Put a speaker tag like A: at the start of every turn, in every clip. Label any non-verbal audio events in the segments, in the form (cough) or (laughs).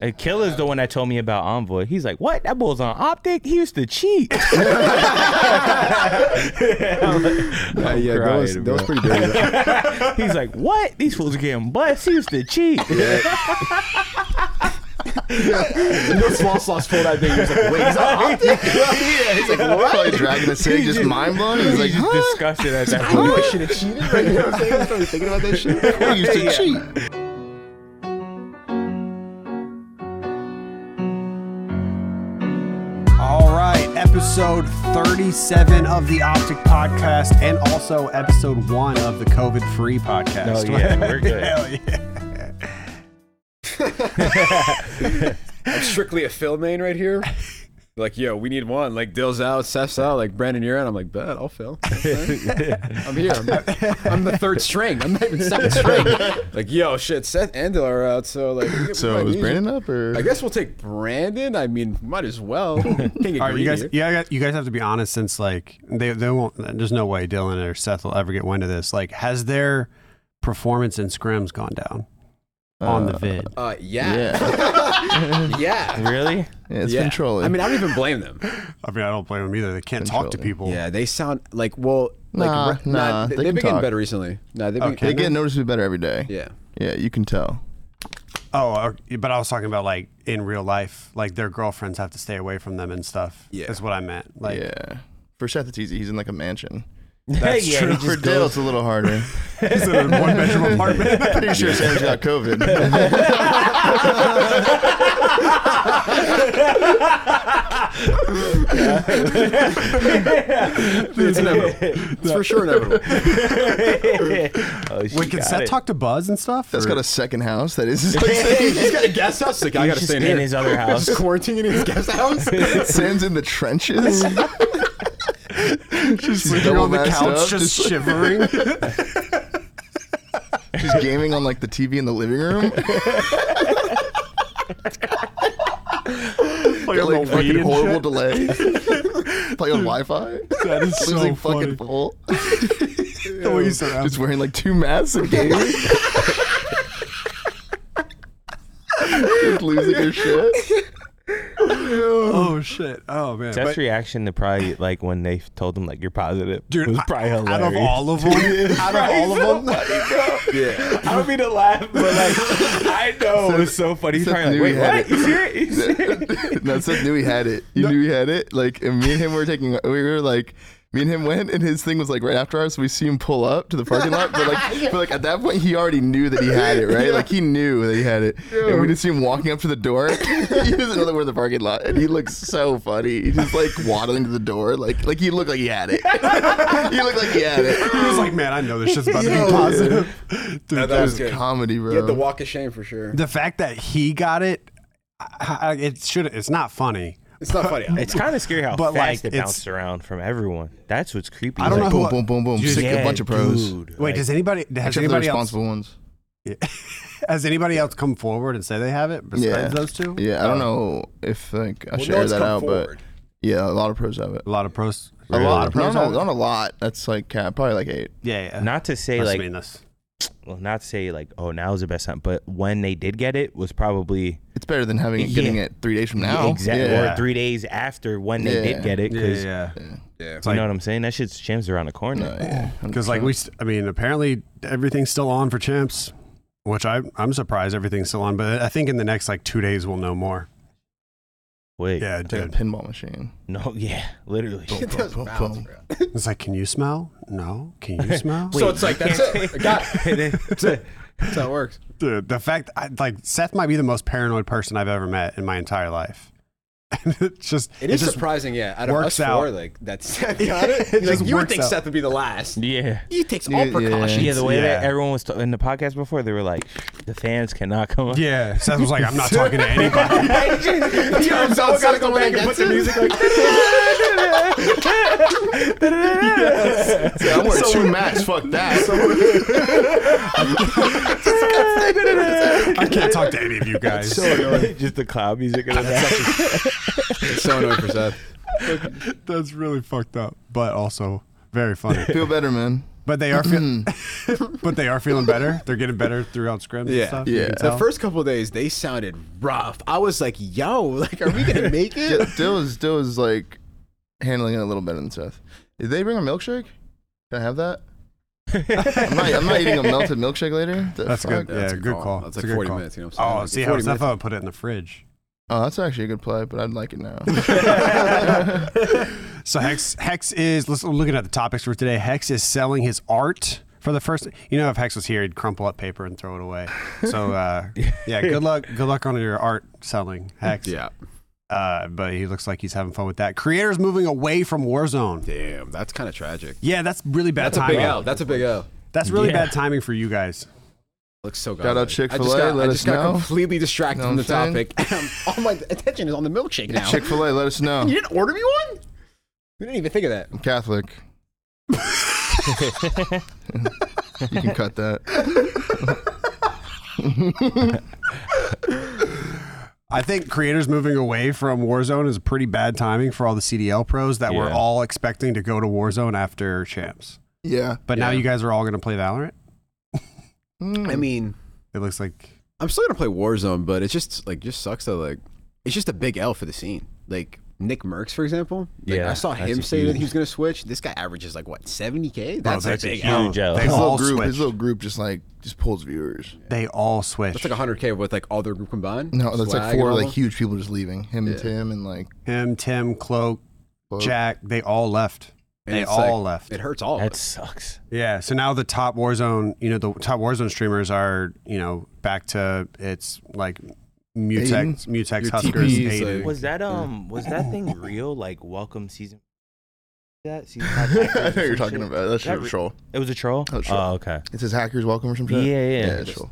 A: And Killer's the one that told me about Envoy. He's like, "What? That bull's on optic. He used to cheat." (laughs)
B: Yeah, yeah, that was,
A: crying,
B: that was pretty dirty. (laughs)
A: He's like, "What? These fools are getting bust. He used to cheat."
C: no small sauce pulled out there. He was like, wait, he's not
B: yeah, he's like, what? Probably dragging the cig, just mind blown. He's like,
A: He's just
B: huh?
A: disgusted (laughs) at that.
C: I knew
A: point.
C: I should have cheated. Right? You know what I'm saying? He's probably thinking about that shit.
B: (laughs) He used to cheat.
C: All right, episode 37 of the Optic Podcast and also episode one of the COVID free podcast.
A: Oh, yeah, we're good.
C: (laughs) Hell yeah.
D: strictly a fill main
B: (laughs)
D: right here. Like, yo, we need one. Like, Dill's out, Seth's out, like, Brandon, you're in. I'm like, bet,
B: (laughs)
D: I'll fill. I'm here. I'm, I'm the third string. I'm not even
B: (laughs)
D: second string. Like, yo, shit, Seth and Dill are out, so, like, we- we
B: So
D: might
B: was
D: need-
B: Brandon up or?
D: I guess we'll take Brandon. I mean, might
B: (laughs)
D: as well. Can't get
C: All right, you guys,
D: greedy.
C: yeah, I got- you guys have to be honest since like they, they won't, there's no way Dylan or Seth will ever get wind of this. Like, has their performance in scrims gone down on the vid?
D: Uh, yeah.
B: Yeah,
D: Yeah.
A: Really?
B: yeah it's
D: Yeah.
B: been trolling.
D: I mean, I don't even
B: (laughs)
D: blame them.
C: I mean, I don't blame them either. They can't talk to
B: Controlling.
C: people.
D: Yeah, they sound like, well, like,
B: Nah,
D: re-
B: nah,
D: they,
B: they
D: have
B: can
D: been getting
B: talk. Oh,
D: better recently. No, they've been
C: Okay.
B: they get noticeably better every day.
D: Yeah.
B: yeah, you can tell.
C: Oh, or- but I was talking about like in real life, like their girlfriends have to stay away from them and stuff.
D: Yeah.
C: That's what I meant. Like,
B: Yeah, for Seth it's easy. He's in like a mansion.
A: (laughs) That's
C: true.
A: He
B: For
A: just
B: Dale, it's a little harder.
C: he's in a
B: (laughs)
C: one
D: (laughs)
C: bedroom apartment.
B: Pretty sure Sam's got COVID.
D: It's inevitable. It's for sure inevitable.
A: (laughs)
B: (laughs)
A: oh, she
C: Wait, can
A: got
C: Seth
A: it.
C: talk to Buzz and stuff?
B: That's
C: or-
B: got a second house. That is.
D: He's got a guest house. Like, I
A: He's
D: gotta
A: just
D: stay in,
A: in
D: here.
A: his other house.
D: Just quarantining in his guest house.
B: Sam's in the trenches. She's
C: You're on the
B: double-masked
C: couch
B: up, (laughs)
C: just shivering.
B: She's gaming on like the TV in the living
C: (laughs)
B: room.
C: like
B: Got, like
C: on the Wii
B: fucking
C: and
B: horrible
C: shit.
B: delay.
C: (laughs)
B: Play on Wi-Fi.
C: That is so
B: Losing
C: funny.
B: fucking
C: Oh, (laughs)
B: full.
C: The way you said that.
B: Just wearing like two masks and
C: (laughs)
B: gaming. (laughs) Just losing your shit.
C: Oh shit. Oh man.
A: Seth's
C: But-
A: reaction to probably like when they told him like you're positive.
C: Dude,
A: was
C: I-
A: probably hilarious.
C: out of all of them,
A: (laughs)
C: out of all of them, (laughs)
D: Yeah.
A: I don't mean to laugh, but like I know it was so funny. He's
B: Seth
A: probably like,
B: knew he
A: wait,
B: had
A: what? You serious?
B: (laughs)
A: You serious?
B: no, Seth knew he had it. You knew he had it. Like, and me and him were taking. We were like. Me and him went, and his thing was like right after ours. So we see him pull up to the parking lot, but like, but like at that point, he already knew that he had it, right? Like he knew that he had it, and we just see him walking up to the door. (laughs) he doesn't know that we're in the parking lot, and he looks so funny. He's just like waddling to the door, like like he looked like he had it. (laughs) he looked like he had
C: he
B: it.
C: was like, "Man, I know this shit's about to be
B: (laughs)
D: Yo.
C: positive." Dude,
D: that was
B: It's
D: good.
B: comedy, bro.
D: You had the walk of shame for sure.
C: the fact that he got it, I, I, it should. It's not funny.
D: It's not funny.
A: (laughs) It's kind of scary how
C: But, like,
A: fast they
C: it's-
A: bounced around from everyone. That's what's creepy.
C: I don't
A: Like,
C: know
B: boom,
C: who-
B: boom, boom, boom,
C: Dude,
B: Sick,
A: yeah,
B: a bunch of pros.
A: dude.
C: Wait,
A: Like,
C: does anybody has
B: Except the
C: anybody else
B: responsible ones.
C: has anybody else come forward and say they have it besides
B: Yeah.
C: those two? Oh.
B: Yeah, I don't know if like I
D: Well, no
B: share
D: one's
B: that
D: come
B: out,
D: forward.
B: but yeah, a lot of pros have it.
C: A lot of pros.
B: A lot of
C: Really?
B: pros.
C: No,
B: No,
C: no,
B: not a lot. That's like cap, probably like eight.
C: Yeah, yeah.
A: not to say
C: Must
A: like
C: mean this.
A: well, not to say like oh now's the best time, but when they did get it was probably
B: It's better than having it,
A: Yeah.
B: getting it three days from now.
A: exactly
B: Yeah.
C: Yeah.
A: or three days after when they
B: Yeah.
A: did get it because
D: yeah.
A: you know what I'm saying. That shit's champs around the corner.
B: No, yeah.
C: Because like we, st- I mean, apparently everything's still on for champs, which I I'm surprised everything's still on. But I think in the next like two days we'll know more.
A: Wait,
C: Yeah,
B: It's like a
C: dude.
B: pinball machine.
A: no, (laughs) yeah, literally.
D: It does
B: Boom,
D: bounce,
B: boom.
D: bro.
C: It's like, can you smell? No. Can
A: (laughs)
C: you smell?
D: So it's like, that's it. I got it.
A: it.
D: That's how it works.
C: Dude, the fact I, like Seth might be the most paranoid person I've ever met in my entire life. (laughs) And it's just
D: It is
C: just
D: surprising, yeah. Out of
C: works
D: us
C: out.
D: four, like, that's got it. Like,
C: just
D: you would
C: works
D: think
C: out.
D: Seth would be the last.
A: (laughs) yeah.
D: He takes
B: all Yeah, yeah. precautions.
A: Yeah, the way that
C: Yeah.
A: everyone was t- in the podcast before, they were like, "The fans cannot come." (laughs) up."
C: yeah. Seth was like, I'm not talking to anybody.
B: (laughs)
D: Someone gotta go back and put the music like
B: Yeah, I'm wearing two max. Fuck
C: (laughs)
B: (laughs) that. (laughs)
C: I can't talk to any of you guys.
A: just the cloud music in the back.
D: so annoying for Seth.
C: That's really fucked up, but also very funny.
D: (laughs)
B: Feel better, man.
C: But they are feeling, (laughs) but they are feeling better. They're getting better throughout scrims.
D: Mm. Yeah.
C: and stuff,
B: Yeah.
C: You can
B: The
D: The
C: tell.
D: first couple of days, they sounded rough. I was like, "Yo, like, are we gonna make it?"
B: D- Dill is Dill is like handling it a little better than Seth. Did they bring a milkshake? Can I have that? I'm not, I'm not eating a melted milkshake later. The
C: That's
B: fuck?
C: good. Yeah, good call.
D: That's
C: It's
D: like
C: a good
D: 40
C: call.
D: minutes. You know what I'm saying?
C: Oh,
D: Like,
C: see
D: a
C: how
D: 40
C: Zeph
D: minutes.
C: would put it in the fridge.
B: Oh, that's actually a good play, but I'd like it now. (laughs)
C: So Hex Hex is let's, we're looking at the topics for today. Hex is selling his art for the first. You know, if Hex was here, he'd crumple up paper and throw it away. So
D: (laughs)
C: uh, yeah, good luck. Good luck on your art selling, Hex.
D: Yeah.
C: Uh, but he looks like he's having fun with that. Creators moving away from Warzone.
D: Damn, that's kind of tragic.
C: Yeah, that's really bad
D: That's a
C: timing.
D: big L. That's a big L.
C: That's really
A: Yeah.
C: bad timing for you guys.
D: Looks so good.
B: Shout out
D: I
B: Chick-fil-A,
D: just got,
B: let
D: I
B: us
D: just got
B: know.
D: completely distracted
B: Know
D: from the
B: what I'm saying?
D: topic. (laughs) Um, All my attention is on the milkshake now.
B: Chick Fil A, let us know.
D: (laughs) you didn't order me one? We didn't even think of that.
B: I'm
D: (laughs)
B: Catholic. you can cut that.
C: I think creators moving away from Warzone is pretty bad timing for all the CDL pros that were
A: Yeah.
C: all expecting to go to Warzone after champs.
B: Yeah.
C: But now
D: Yeah.
C: you guys are all going to play Valorant.
B: Mm.
D: I mean,
C: It looks like
D: I'm still gonna play Warzone, but it's just like just sucks though. Like, it's just a big L for the scene. Like Nick Merckx, for example. Like,
A: Yeah,
D: I saw
A: that's
D: him
A: a
D: say that
A: huge-
D: he was gonna switch. This guy averages like what 70k.
C: Bro,
D: That's,
C: Oh, that's
D: a
C: a
D: big L.
A: Huge L.
C: They
B: his little
C: all
B: group, his
C: switch.
B: little group just like just pulls viewers.
C: They all switch.
D: That's like 100k with like all their group combined.
B: No, that's
D: Swag
B: like
D: and
B: four
D: all
B: like
D: that.
B: huge people just leaving. Him
D: Yeah.
B: and Tim and like
C: Him, Tim, Cloak,
B: Cloak. (laughs)
C: Jack. They all left.
D: And
C: they
D: it's,
C: all
D: like,
C: left.
D: It hurts all.
A: that
D: That's
A: sucks.
C: Yeah. So now the top Warzone, you know, the top Warzone streamers are, you know, back to it's like Mutex, Mutex
D: Your
C: Huskers.
D: TPs,
C: Aiden.
D: like-
A: Was that um? Was that thing real? Like welcome season. That
B: (laughs)
A: season. five hackers or
B: I know what you're
A: some
B: talking
A: shit?
B: about. That shit
A: That
B: was
A: re-
B: troll.
A: It was a troll.
B: That was a troll.
A: Oh, okay.
B: It says hackers welcome or some shit.
A: Yeah, yeah.
B: Yeah, it's troll.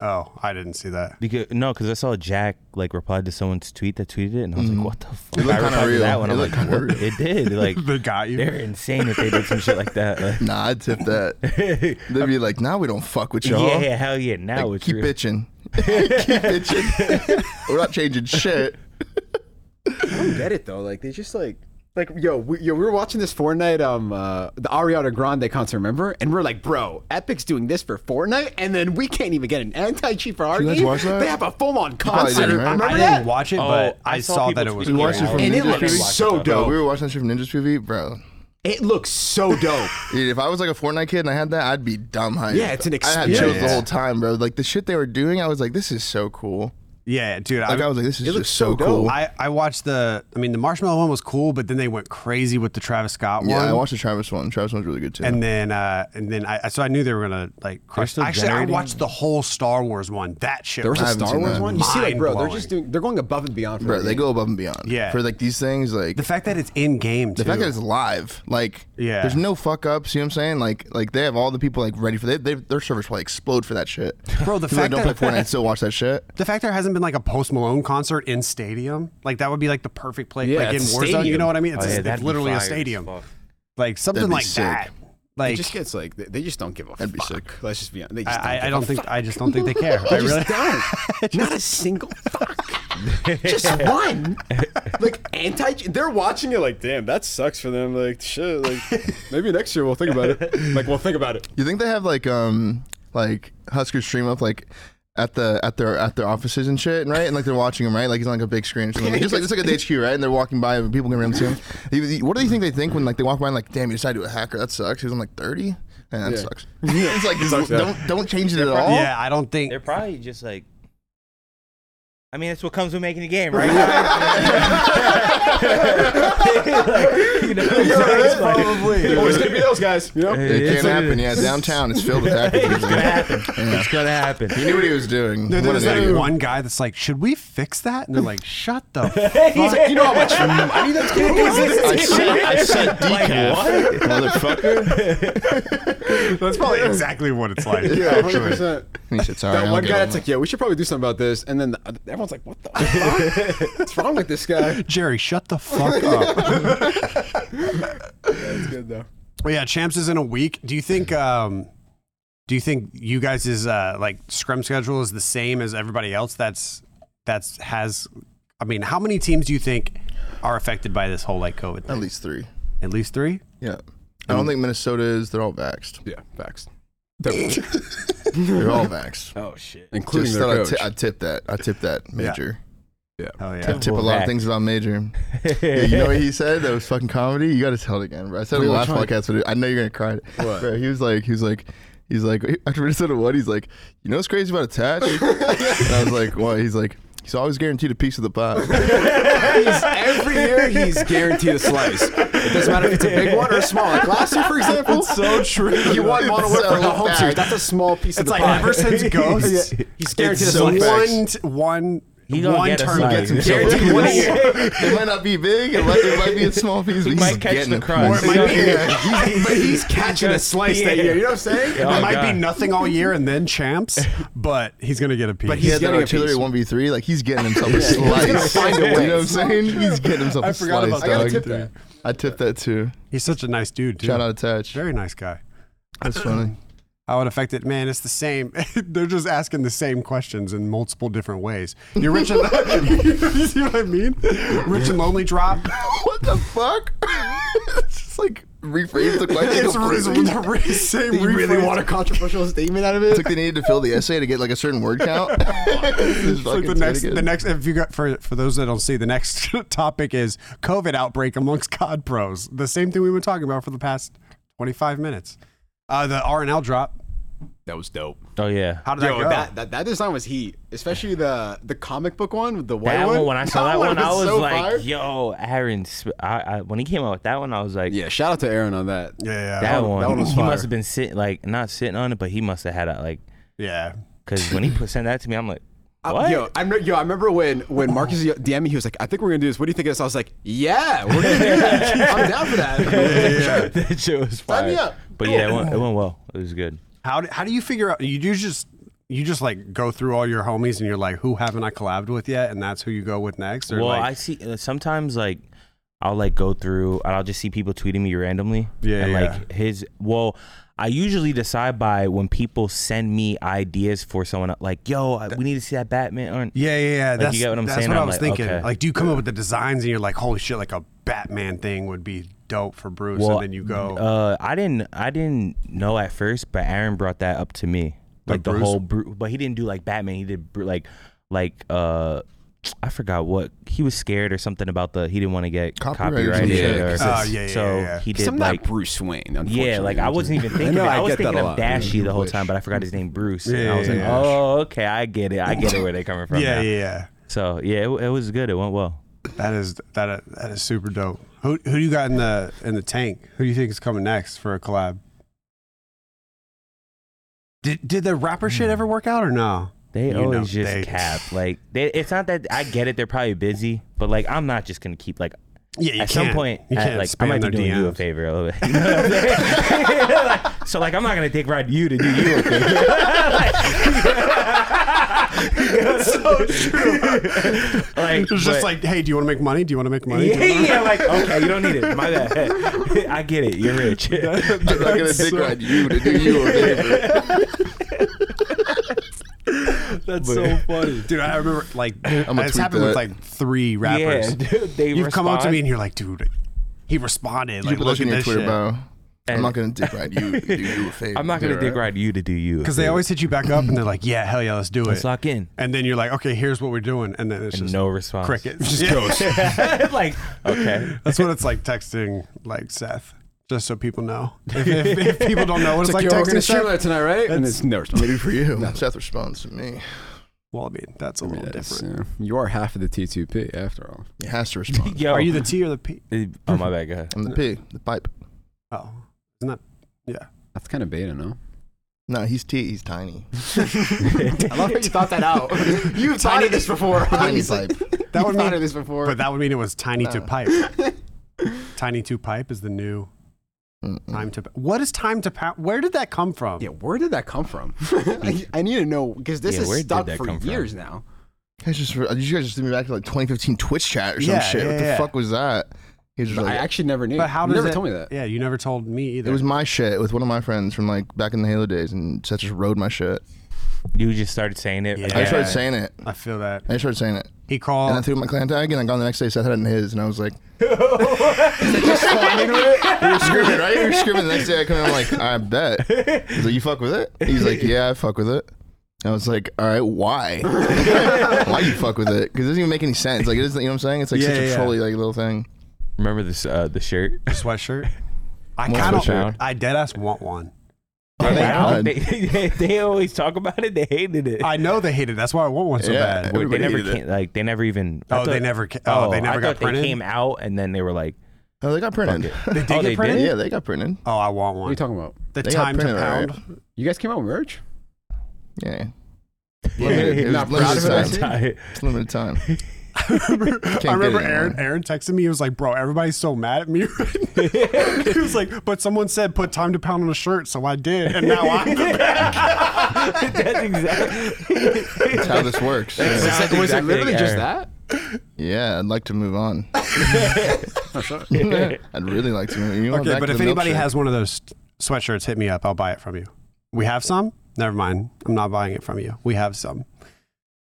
C: oh, I didn't see that.
A: Because no, because I saw Jack like replied to someone's tweet that tweeted it, and I was
B: Mhm.
A: like, "What the fuck?"
B: looked
A: I
B: kinda
A: replied to
B: real.
A: that one.
B: It
A: I'm
B: looked
A: like,
B: kinda
A: "What?" it
B: (laughs)
A: did. Like
C: (laughs) They got you.
A: they're insane if they did some shit like that. Like, (laughs)
B: Nah, I'd tip that. They'd be like, nah, we don't fuck with y'all.
A: yeah, hell yeah. Now
B: Like,
A: it's
B: keep
A: real.
B: bitching. (laughs)
A: (laughs)
B: keep bitching. We're not changing shit.
D: I don't get it though. Like they just like like yo we, yo we were watching this Fortnite um uh the Ariana Grande concert remember and we're like bro Epic's doing this for Fortnite and then we can't even get an anti cheat for our
B: you guys
D: game.
B: watch that?
D: They have a full on
B: probably
D: concert.
B: didn't, right?
D: Remember
C: I
D: that?
C: didn't watch it,
A: Oh,
C: but
A: I
C: I
A: saw
C: saw
A: people
C: that it was.
A: tweeting
B: We watched it
A: about
B: from
D: and it
B: Ninja
D: looks
B: Fury.
D: so
B: Bro,
D: dope.
B: we were watching that shit from Ninja's PV, bro.
D: It looks so
B: (laughs)
D: dope.
B: Dude, if I was like a Fortnite kid and I had that, I'd be dumb hype.
D: Yeah, it's an
B: I had chills
D: experience.
B: the whole time, bro. Like the shit they were doing, I was like, this is so cool.
C: Yeah, dude.
B: Like I
C: I,
B: was like, this is
D: It looks
B: just so
D: so dope.
B: cool.
C: I I watched the. I mean, the Marshmallow one was cool, but then they went crazy with the Travis Scott one.
B: yeah, I watched the Travis one. Travis one's really good too.
C: And then, uh, and then I so I knew they were gonna like crush.
A: still
C: Actually,
A: generating-
C: I watched the whole Star Wars one. That shit.
D: There was
C: was
D: a
B: haven't
D: Star
B: seen
D: Wars
B: that.
D: one. You see, like, bro, they're
C: Mind-blowing.
D: just doing. They're going above and beyond. For
B: bro,
D: that
B: they
D: game.
B: go above and beyond.
C: Yeah.
B: for like these things, like
C: the fact that it's in game too.
B: the fact that it's live, like
C: Yeah.
B: there's no fuck ups. You know what I'm saying? Like, like they have all the people like ready for they, they their servers probably explode for that shit.
C: Bro, the
B: People that
C: fact
B: don't
C: that
B: play Fortnite still watch that shit.
C: the fact there hasn't been like a Post Malone concert in stadium, like that would be like the perfect place,
D: Yeah,
C: like in
D: it's
C: Warzone. You
D: stadium.
C: know what I mean? It's,
A: Oh, yeah,
C: it's
A: that'd be
C: literally a
A: fire as
C: stadium,
A: fuck.
C: like something
B: That'd be
C: like
B: sick.
C: that.
D: It
C: Like
D: just gets like they- they just don't give a
B: That'd be
D: fuck.
B: sick.
D: Let's just be honest. They just
C: I,
D: don't
C: I, I
D: give
C: don't
D: a
C: think
D: fuck.
C: I
D: (laughs)
C: just don't think they care. I really.
D: Just don't. Not a single fuck. Just one. Like anti. They're watching it like, damn, that sucks for them. Like shit. Like maybe next year we'll think about it. Like we'll think about it.
B: You think they have like um like Husker stream up like at the at their at their offices and shit, right? And like they're watching him, right? Like he's on like a big screen or something. Like, just like just like at HQ, right? And they're walking by and people can run to him. You- you- What do you think they think when like they walk by and like, damn, you decided to do a hacker? That sucks. He was on like thirty. Man, that
D: Yeah.
B: sucks. it's like don't don't change it at all.
C: Yeah, I don't think.
A: They're probably just like. I mean, that's what comes with making a game, right? Like, (laughs)
D: (laughs)
A: you know, it's like-
D: Oh, it's gonna be those guys. You know.
B: It
A: It's
B: can't
A: like-
B: happen. Yeah, downtown is
A: (laughs)
B: filled with hackers.
A: It's gonna happen. It's gonna happen.
B: He knew what he was doing.
C: There-
B: what
C: There's
B: an
C: that
B: idiot.
C: one guy that's like, "Should we fix that?" And they're like, "Shut
D: (laughs)
C: the."
D: He's like, you know
C: (laughs)
D: how much money that's gonna
B: I said, I said
A: Like,
B: decaf, motherfucker.
D: (laughs)
C: That's probably exactly what it's like.
D: (laughs) Yeah, hundred percent.
B: And he said, sorry.
D: That
B: I'll
D: one
B: get
D: guy
B: on
D: that's
B: that."
D: like, yeah, we should probably do something about this, and then the, other- everyone's like, what the? fuck? What's wrong with this
C: (laughs) (laughs)
D: guy?
C: Jerry, shut the fuck up.
D: (laughs)
C: (laughs)
D: That's good though.
C: well, yeah, champs is in a week. Do you think? Um, do you think you guys is uh, like scrum schedule is the same as everybody else? That's that's has. I mean, how many teams do you think are affected by this whole like COVID?
B: at
C: Thing?
B: least three.
C: At least three.
B: Yeah. I don't think Minnesota is. They're all vaxxed.
D: Yeah, facts.
B: They're
D: (laughs)
B: all vaxxed.
A: Oh shit.
D: Including
B: Just
D: their
B: thought I'd
D: coach.
B: ti- I'd tip that. I tip that major.
C: Oh yeah.
B: I tip a
A: Well,
B: lot
A: vaxxed.
B: of things about
D: (laughs)
B: major. Yeah, you know what he said? That was fucking comedy. You got to tell it again, bro. I said it
D: Wait,
B: last
D: which one?
B: podcast, but I know you're gonna cry.
D: What?
B: Bro, he was like, he was like, he's like, after Minnesota what? He's like, you know what's crazy about attach?
D: (laughs)
B: and I was like, what? He's like, he's always guaranteed a piece of the pie.
D: (laughs) (laughs) He's- every year he's
C: (laughs)
D: guaranteed a slice. It doesn't matter if it's a big one or a small. Like last year, for example, so true. He won Model Whip
B: It's
D: for the
B: so
D: home
B: bad.
D: series. That's a small piece of
C: It's
D: the
C: like
D: pie.
C: ever since Ghosts,
D: (laughs) Yeah. He's guaranteed a
B: so
D: slice.
B: bad.
C: one one
A: He gonna
C: one
A: get a
C: term
A: slice.
C: gets him
A: Yeah.
C: killed.
D: Guaranteed one
A: Yeah.
D: year.
B: (laughs) it might not be big. It might, it might be a small piece. But
A: He
B: he's
A: might catch
B: getting
A: the
B: a
A: crust.
B: piece.
C: Or it might be-
D: (laughs) He's, but he's catching a slice that
A: Yeah.
D: year. You know what I'm saying? (laughs)
A: Yeah. Oh,
C: it might
A: God.
C: be nothing all year and then champs, but he's gonna get a piece.
D: But
B: He
D: he's
B: had that
D: getting a
B: artillery
D: piece.
B: one v three. Like he's getting himself a slice.
D: gonna find a
B: (laughs)
D: way.
B: You know what I'm saying? He's getting himself a
C: I
B: slice.
C: forgot about that. I gotta
B: dog.
D: tip that.
B: I tipped that too.
C: he's such a nice dude. Too.
B: Shout out attach.
C: Very nice guy.
B: That's funny.
C: How it affected, man, it's the same. (laughs) They're just asking the same questions in multiple different ways. You're rich and (laughs) you see what I mean? Rich and lonely drop.
B: what the fuck? (laughs) it's just like rephrase the question.
C: It's, it's
B: completely.
C: (laughs) the re- same
D: You really
C: rephrase.
D: want a controversial statement out of
B: It's
D: it?
B: like they needed to fill the essay to get like a certain word count.
C: It's like the next, the next. If you got for for those that don't see, the next (laughs) topic is COVID outbreak amongst COD pros. The same thing we've been talking about for the past twenty five minutes. Uh, the R and L drop.
D: That was dope.
A: Oh yeah.
C: How did that
D: Yo,
C: go?
D: that, that that design was heat, especially the the comic book one with the white
A: That
D: one.
A: one, when I saw that, one, I was
D: so
A: like,
D: fire.
A: "Yo, Aaron." Sp- I, I, when he came out with that one, I was like,
D: yeah, shout out to Aaron on that.
C: yeah, yeah,
A: that,
D: one-
A: one,
D: that one was
A: he
D: fire.
A: must have been sitting, like, not sitting on it, but he must have had a like,
C: yeah.
A: because when he put, sent that to me, I'm like,
D: I-
A: "What?"
D: Uh, Yo, I remember, yo, I remember when when Marcus DM me, he was like, "I think we're gonna do this. What do you think of this?" I was like, "Yeah, we're gonna do (laughs) that. I'm down for that." Sure.
A: (laughs) that shit was fire.
D: me up.
A: But yeah, it went, it went well. It was good.
C: How do, how do you figure out? You do just you just like go through all your homies and you're like, who haven't I collabed with yet? And that's who you go with next. Or
A: Well,
C: like,
A: I see uh, sometimes like I'll like go through and I'll just see people tweeting me randomly.
C: Yeah,
A: And
C: yeah.
A: like his well, I usually decide by when people send me ideas for someone like, "Yo, I- we need to see that Batman." Or,
C: Yeah, yeah, yeah. that's,
A: you get what I'm
C: that's
A: saying?
C: what i
A: I'm
C: was
A: like,
C: thinking.
A: okay.
C: Like, do you come up with the designs and you're like, holy shit, like a Batman thing would be dope for Bruce,
A: Well,
C: and then you go,
A: Uh, I didn't I didn't know at first, but Aaron brought that up to me. Like the
C: Bruce?
A: whole Bru but he didn't do like Batman. He did Bru- like like uh I forgot what he was scared or something about the he didn't want to get
B: Copyright or
A: copyrighted.
B: some
D: shit.
A: or-
C: Oh, yeah, yeah,
A: so
C: yeah, yeah.
A: he
D: Because
A: did
D: I'm
A: like
D: not Bruce Wayne. Unfortunately.
A: Yeah, like I wasn't even thinking.
D: know,
A: of it.
D: I
A: I, was
D: get that
A: thinking
D: a
A: of
D: lot.
A: Dashy the whole
B: wish.
A: time, but I forgot his name, Bruce. and
C: Yeah,
A: I was like,
C: yeah, yeah.
A: oh, okay, I get it. I get it where they're coming from.
C: yeah,
A: now."
C: yeah, yeah.
A: So yeah, it, it was good. It went well.
C: That is that is, that is super dope. Who who do you got in the in the tank? Who do you think is coming next for a collab? Did did the rapper shit ever work out or no?
A: They
C: You know,
A: always just
C: they- (laughs)
A: cap. Like they, it's not that I get it. They're probably busy, but like I'm not just gonna keep like.
C: Yeah, you
A: at some
C: can't-
A: point,
C: you
A: I-
C: can't
A: like I
C: spam
A: might be
C: their
A: doing you a
C: DMs.
A: favor a little bit.
C: (laughs)
A: You know what I'm saying? (laughs) Like, so like I'm not gonna dick ride you to do you a favor. (laughs) (laughs) so true. like
C: It was just
A: but-
C: like, hey, do you want to make money? Do you want to make money?
A: (laughs)
C: Do you
A: Yeah,
C: wanna-
A: yeah, like okay, you don't need it. My bad. (laughs) I get it. You're rich.
B: I'm not gonna dick ride you to do you a favor.
A: That's so (laughs) funny.
C: Dude, I remember
A: (laughs)
C: like
B: gonna
C: it's
B: tweet
C: happened with
B: that.
C: like three
A: Yeah, (laughs)
C: rappers.
A: dude, they
C: You've come up to
A: respond.
C: me and you're like, dude, he responded.
B: You
C: Like,
B: put that
C: look
B: in
C: at
B: your
C: this
B: Twitter
C: shit.
B: bio. I'm not gonna dick ride you to do you a
A: (laughs)
B: favor.
A: I'm not gonna dick ride you to do you.
C: Because they always hit you back up and they're like, yeah, hell yeah, let's do it.
A: Let's lock in.
C: And then you're like, okay, here's what we're doing. And then it's just
A: no response. (laughs)
C: cricket. (laughs) Just goes.
A: like
C: (laughs)
A: okay.
C: That's what it's like texting like Seth, just so people know. If, if, if people don't know what it's,
D: (laughs) It's like,
C: like,
D: yo, we're gonna
C: texting
D: shoot
C: Seth,
D: that tonight, right? And it's no response.
B: Maybe for you. Seth responds to me.
C: well, I mean, that's a little
D: Yes,
C: different.
D: yeah. You are half of the T2P after all.
B: He has
A: (laughs)
B: to
A: (laughs)
B: respond.
A: Yo,
C: Are you the T or the P?
A: Oh my bad. Go ahead.
B: I'm the P, the pipe.
C: Oh, isn't that? Yeah.
D: That's kind of beta, no?
B: No, he's T. He's
C: (laughs)
B: tiny.
D: I love how you thought that (laughs) out. You've thought of this before.
B: Tiny
D: obviously.
B: pipe.
C: (laughs) That would
D: You've thought
C: mean
D: of this before.
C: But that would mean it was Tiny to Pipe. Tiny to Pipe is the new
B: Mm.
C: Time to. What is Time to Power? Where did that come from?
D: Yeah, where did that come from? I, I need to know because this
A: Yeah, where
D: is
A: did
D: stuck
A: that
D: for
A: come from?
D: years now.
B: Guys just, you guys just threw me back to like 2015 Twitch chat or some
C: Yeah,
B: shit.
C: yeah,
B: what the
C: yeah.
B: fuck was that? He was just
D: I
B: like,
D: actually never knew.
C: But how
D: you
C: does
D: never
C: it-
D: told
C: (laughs)
D: me that.
C: Yeah, you never told me either.
B: it was my shit with one of my friends from like back in the Halo days, and Seth just rode my shit.
A: You just started saying it.
B: I
A: Yeah.
C: Yeah. Oh.
B: started saying it.
C: I feel that.
B: I started saying it.
C: He
B: And I
C: called.
B: threw my clan tag, and I got on the next day. Seth had it in his, and I
C: (laughs)
B: was like, (laughs) "You were screaming, right? You were screaming." The next day, I come in, I'm like, "I bet." He's like, "You fuck with it?" He's
C: (laughs)
B: like, "Yeah, I fuck with it." And I was like, "All right, why? (laughs) why you fuck with it? Because it doesn't even make any sense. Like, it doesn't. You know what I'm saying? It's like
C: Yeah,
B: such a
C: yeah, yeah.
B: trolly like little thing.
A: Remember this uh, the
C: (laughs)
A: shirt?
C: sweatshirt. I
B: More
C: kind
A: sweatshirt.
C: of, I dead ass want one.
A: Are they
B: God.
A: out? They, (laughs) they, they always talk about it. They hated it.
C: I know they hate it. That's why I want one so
B: Yeah.
C: bad.
A: Wait, they
B: everybody
A: never
B: hated it.
A: came, like they never even. I
C: Oh, they never ca- oh, they
A: I
C: never got
A: thought
C: printed?
A: They came out and then they were like,
B: Oh, they got printed.
C: They did
A: Oh,
C: get
A: they
C: printed.
A: did?
B: yeah, they got printed.
C: Oh, I want
D: What are you
C: one.
D: talking about?
C: The
B: They got
C: time to
B: printed,
C: pound.
B: right?
D: You guys came out with merch?
B: Yeah.
A: Yeah.
B: Limited- it was
D: Not
B: limited
D: proud of it,
B: time.
D: I
B: It's limited time.
C: (laughs) I remember
B: it
C: Aaron.
B: anymore.
C: Aaron texted me. He was like, "Bro, everybody's so mad at me." (laughs) right now." he was like, "But someone said put time to pound on a shirt, so I did, and now I'm the
B: (laughs)
C: best."
A: (laughs) That's exactly. (laughs)
B: That's how this works. Yeah.
A: That's
D: was it
A: exactly
D: literally
A: like
D: just
A: Aaron.
D: that?
B: Yeah, I'd like to move
C: (laughs)
B: on. I'd really like to move. You want
C: Okay,
B: Oh, back
C: but
B: to
C: if
B: the
C: anybody
B: milkshake.
C: has one of those sweatshirts, hit me up. I'll buy it from you. We have some. Never mind. I'm not buying it from you. We have some. (laughs)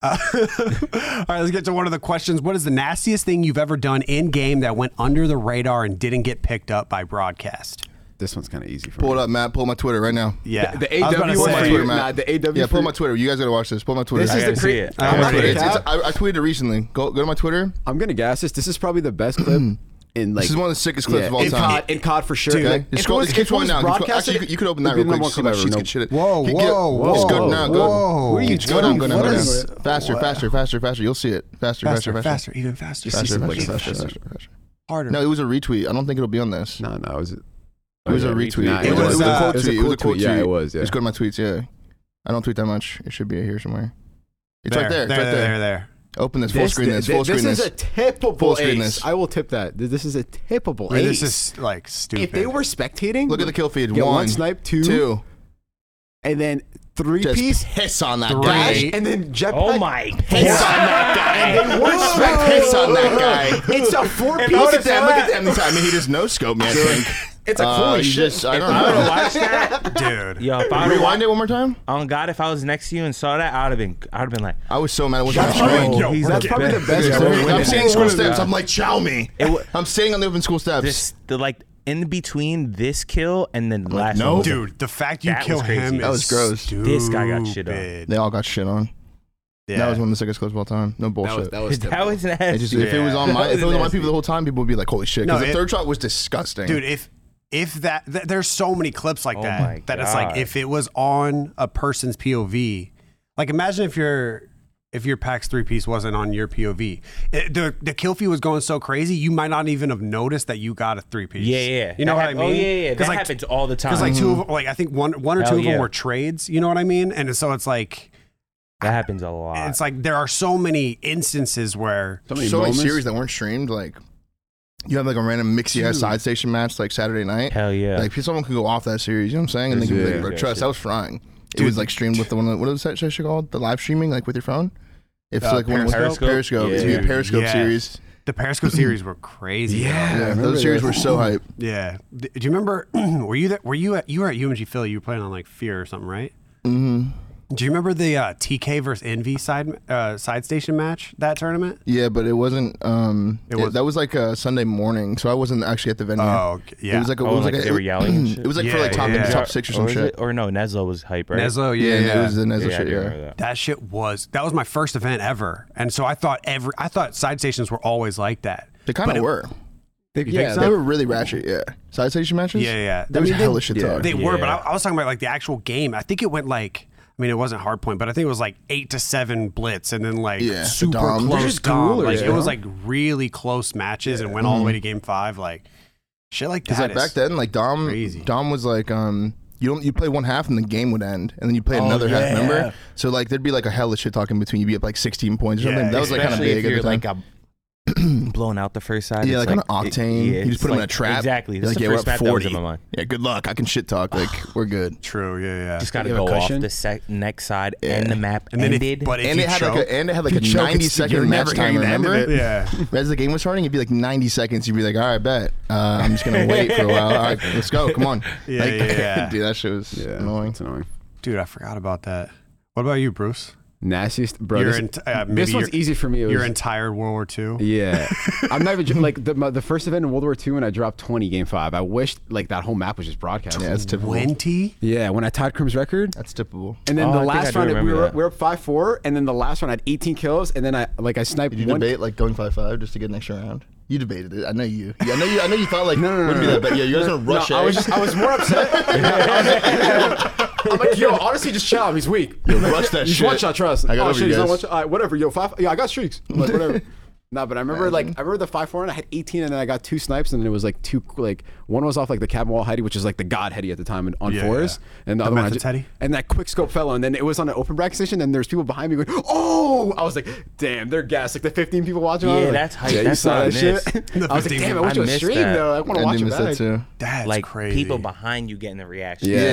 C: Uh, all right, let's get to one of the questions. What is the nastiest thing you've ever done in game that went under the radar and didn't get picked up by broadcast?
D: This one's kind of easy for
B: pull it
D: me.
B: up, Matt. Pull my Twitter right now.
C: Yeah,
D: The
C: I was about
D: AW
C: to
D: one
B: Pull
C: say-
B: my
D: for
B: Twitter,
D: you.
B: Matt.
D: Nah, the AW
B: Yeah, pull
D: for-
B: my Twitter. You guys gotta watch this. Pull my Twitter.
D: This is
A: gotta see
D: the cra-
A: it.
C: I'm
D: I'm
C: ready.
D: gonna
B: It's- it's-
D: cap-
B: I, I tweeted it recently. Go go to my Twitter.
D: I'm gonna guess this. This is probably the best clip in like
B: This is one of the sickest clips
D: yeah,
B: of all
D: in
B: time.
D: COD, in COD for sure.
C: Dude,
B: Okay, just scroll. Just keep scrolling down. Keep scroll-
D: broadcasted,
B: Actually, you could, you could open that
D: it'd
B: real
D: be the
B: quick.
D: number
B: to See
D: one
B: how
D: clip
B: sheets
D: ever.
B: get shitted.
C: Whoa,
B: Keep-
C: whoa,
B: get- Just
D: whoa,
B: go now.
C: whoa.
B: Go.
C: What are you
B: Go down. Go down.
C: doing?
B: Go
C: What
B: down.
C: is-
B: Faster, faster, faster, faster. You'll see it. Faster, faster,
C: faster,
B: faster,
C: faster, even faster,
B: faster,
C: Even
B: faster, faster,
C: faster,
B: faster, faster.
C: harder.
B: No, it was a retweet. I don't think it'll be on this.
D: No, no, it was.
B: It was a retweet.
D: Nah,
C: It was,
B: a-
C: uh,
B: it was a quote tweet. It was a quote tweet.
D: Yeah, it was. Yeah.
B: Just go to my tweets. Yeah, I don't tweet that much. It should be here somewhere. It's right there. It's
C: there,
B: right there.
C: there, there.
B: Open this. Full screen this. Full
D: this
B: screen
D: is
B: this.
D: a tippable
B: Full screen
D: ace.
B: this.
D: I will tip that. Th- This is a tippable
C: Wait, This
D: ace.
C: is like stupid.
D: if they were spectating,
B: Look at the kill feed.
D: get one,
B: One,
D: snipe, two,
B: two.
D: and then three
B: Just
D: piece
B: piss on that
C: Three.
B: guy.
D: dash, and then jetpack.
A: Oh my
D: Piss on
A: god!
D: that guy. And they weren't
B: Respect
D: spectating.
B: piss on that guy.
D: It's a four piece.
B: Look at them. Look at them. This time he just no scoped me. I think.
D: It's a
B: Uh,
D: holy
B: you
D: shit.
B: just- I don't
A: I would
B: know.
A: have watched that.
C: (laughs) dude.
A: Yo, if I would've
B: Rewind
A: watched-
B: it one more time.
A: on God, if I was next to you and saw that, I would have been, I would have been like,
B: I was so mad. I wasn't
A: Shut
B: showing.
A: up. Yo,
D: Yo,
A: he's
D: that's
A: the
D: probably
A: best.
D: the best.
A: Yeah,
D: I've
A: we're
D: ever
A: winning.
B: I'm
D: witnessed.
B: sitting school
A: winning.
B: steps. I'm like, chow me.
A: wa-
B: I'm sitting on the open school steps.
A: this, the like in between this kill and then the last
B: no.
A: one.
C: Dude, the fact you
A: That
C: kill
A: was crazy.
C: him
A: That
C: is
B: was gross.
A: This guy got shit on.
C: stupid.
B: they all got shit on.
C: Yeah.
B: That was one of the sickest clips of all time. No
D: That was
B: bullshit.
D: that was
A: that was
B: It
A: nasty.
B: just, If it was on my, if it was on my people the whole time, people would be like, "Holy shit!"
C: No,
B: Because the
C: it-
B: third shot was disgusting.
C: dude. If if that th- there's so many clips like
A: Oh my
C: that that it's
A: God.
C: like if it was on a person's POV, like imagine if your if your PAX three piece wasn't on your POV, It- Eh, the the kill feed was going so crazy you might not even have noticed that you got a three piece.
A: yeah, yeah.
C: You know
A: That
C: what
A: hap-
C: I mean?
A: Oh yeah, yeah. That
C: like,
A: happens all the time.
C: Because like two of like I think one one or
A: Hell
C: two of
A: yeah.
C: them were trades. You know what I mean? And so it's like
A: that happens a lot.
C: it's like there are so many instances where
D: so
B: so many series that weren't streamed, like you have like a random mixy ass
C: Dude.
B: side station match like Saturday night.
A: Hell yeah.
B: Like someone could go off that series, you know what I'm saying? And they could be
D: Yeah.
B: like, bro,
A: Yeah,
B: trust,
A: shit.
B: that was frying. It was like streamed with the one of the- what was that shit called? The live streaming, like with your phone? If
C: Uh,
B: like one was-
A: Periscope?
B: Periscope. It'd be a
A: Yeah.
B: Periscope
C: Yes.
B: series.
C: the Periscope series were crazy.
D: Yeah, I
B: Yeah,
D: remember
B: those series
D: that.
B: were so hype.
C: Yeah. D- Do you remember? (clears throat) were you that? Were you at? You were at UMG Philly. You were playing on like Fear or something, right? Mm-hmm. Do you remember the uh, TK versus Envy side uh, side station match that tournament?
B: Yeah, but it wasn't um
C: It
B: it
C: was-
B: that was like a Sunday morning, so I wasn't actually at the venue.
C: Oh, okay, yeah.
B: It was like a,
A: Oh,
B: it was
A: like
B: like, a,
A: they were yelling
B: (clears throat)
A: and shit?
B: It was like for
C: Yeah,
B: like top
C: yeah.
B: top six or some
A: or is
B: shit.
A: it- or no, Nezlo was hype, right?
C: Nezlo,
B: yeah,
C: yeah, yeah.
B: it was the Nezla
A: yeah, I
B: shit,
A: do remember
B: yeah.
A: that.
C: that shit was that was my first event ever, and so I thought every I thought side stations were always like that.
B: They
C: But
B: kinda
C: it-
B: were.
D: Yeah,
B: They were really ratchet, yeah. Side station matches?
C: Yeah, yeah.
B: There was
D: mean, they-
B: hella shit
D: yeah.
B: talk.
C: They were, but I,
A: Yeah.
C: I was talking about like the actual game. I think it went like. I mean, it wasn't hard point, but I think it was like eight to seven blitz, and then like
B: Yeah, the
C: super
B: Dom.
C: close
D: They're just
C: Dom.
D: duelers,
C: Like
D: you
C: it was
D: know?
C: like really close matches, and went all
D: Mm-hmm.
C: the way to game five. Like shit, like that.
B: Because like
C: is-
B: back then, like Dom,
C: crazy.
B: Dom was like, um, you don't you play one half and the game would end, and then you play
A: Oh,
B: another half.
A: yeah.
B: Remember? So like there'd be like a hell of shit talk in between. You'd be up like sixteen points or
C: Yeah,
B: something. That was like kind of
A: Especially if
B: big at the
A: you're
B: time.
A: like a blown out the first side.
B: yeah,
A: it's
B: like, on an
A: it-
B: octane.
A: yeah,
B: you
A: it's
B: just put him in a
A: like-
B: trap.
A: Exactly.
B: You're
A: That's
B: like,
A: the
B: yeah, we're
A: first
B: at
A: map that was
B: 40.
A: in my mind.
B: Yeah, good luck. I can shit talk.
A: (sighs)
B: Like we're good.
C: True. Yeah, yeah.
A: Just gotta
D: You have
A: go
D: a
A: off
D: cushion?
A: the sec- next side, and the map
C: and then
A: ended.
C: if, but if
B: And
C: you
B: it had
C: choke,
B: like a and it had like a
C: if you choke,
B: ninety
C: it's- you're
B: second match
C: never
B: time.
C: hearing the end of
B: Remember?
C: it. Yeah.
B: (laughs) As the game was starting, it'd be like ninety seconds. You'd be like, all right, bet. Uh, I'm just
A: (laughs)
B: gonna wait for a while. All right, let's go. Come on.
D: (laughs)
C: Yeah,
B: Like, (laughs)
C: yeah, yeah.
B: Dude, that shit was
D: Yeah,
B: annoying.
D: It's annoying.
C: Dude, I forgot about that. What about you, Bruce?
D: Nastiest, bro.
C: Your
D: Oh, this,
C: ent- uh, maybe
D: this one's
C: your-
D: easy for me. It
C: Your
D: was-
C: entire World War II.
D: (laughs) Yeah, I'm not even jo- like the my, the first event in World War II when I dropped 20 game five. I wished like that whole map was just broadcast.
B: Yeah, that's typical.
C: Twenty.
D: Yeah, when I tied Crim's record,
B: That's typical.
D: and then
A: Oh, I
D: the
A: think I
D: last
A: do
D: round we
A: remember
D: were,
A: that.
D: we were up five four, and then the last round I had 18 kills, and then I like I sniped
B: Did you
D: one.
B: debate like going five five just to get an extra round? You debated it. I know you. Yeah, I know you. I know you thought like
D: (laughs) No, no, no,
B: wouldn't
D: no,
B: be that bad. Yeah, you guys gonna
D: No,
B: rush.
D: I was
B: A.
D: just
B: (laughs)
D: I was more upset. I'm like, yo, honestly, just chill. out. He's weak.
B: Yo, rush that
D: He's
B: shit.
D: one shot trust.
B: I got
D: oh,
B: over
D: shit,
B: you
D: he's not
B: guys.
D: one shot. All right, whatever. Yo, five. Yeah, I got streaks. I'm Like,
B: (laughs)
D: whatever. nah, but I remember like I remember the five four and I had 18 and then I got two snipes and then it was like two like one was off like the cabin wall heady, which is like the god heady at the time and on
C: Yeah,
D: fours,
C: yeah.
D: and the,
C: The
D: other one I
C: methods
D: just,
C: heady?
D: and that quick scope fellow and then it was on an open bracket station and there's people behind me going, oh, I was like, damn, they're gassed. Like the 15 people watching. I was
A: Yeah,
D: like,
A: that's hype.
D: yeah, you
A: That's
D: saw
A: what
D: that
A: I
D: shit.
A: missed.
D: (laughs) I was like,
C: 15
D: damn, I went
A: I
D: to a
A: missed
D: stream
A: that.
D: though. I want to
B: I
D: watch it
B: missed that
D: back.
B: too.
C: That's
A: like
C: crazy.
A: people behind you getting the reaction.
D: Yeah,
B: Yeah,
D: and,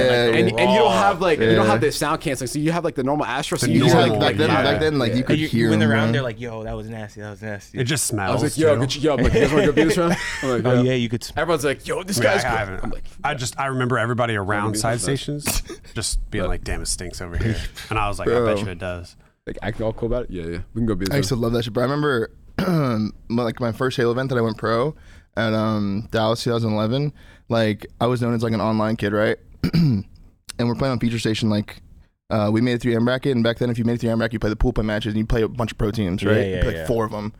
B: yeah.
D: and you don't have like you don't
B: Yeah.
D: have the sound canceling, so you have like the normal Astro. So
C: The
D: you just
B: Like,
D: have,
C: normal,
B: back
D: like
B: then,
C: yeah.
B: back then, like you could
A: And you,
B: hear
A: when they're
B: them,
A: around,
B: bro.
A: they're like, "Yo, that was nasty. That was nasty."
C: It just
D: I
C: smells.
D: was like, yo,
C: too.
D: good, yo, I'm like, you guys want to go do this round? I'm
A: (laughs)
D: like,
A: oh yeah, you could. Sm-
D: Everyone's like, yo, this
C: I, mean,
D: guy's.
C: I,
D: good.
C: haven't-
D: I'm like,
C: I just I remember everybody around
D: do
C: side
D: this much.
C: stations
D: (laughs)
C: just being like, "Damn, it stinks over here," and I was like, "I bet you it does."
D: like acting all cool about it. Yeah, yeah, we can go do
B: I used
D: this.
B: to love that shit. But I remember (clears throat) my- like my first Halo event that I went pro at um, Dallas 2011. Like I was known as like an online kid, right? (clears throat) and we're playing on Feature Station. Like uh, we made it through M bracket, and back then, if you made it through M bracket, you play the pool play matches, and you play a bunch of pro teams, right?
A: Yeah,
B: You
A: yeah,
B: play, like
A: yeah.
B: four of them.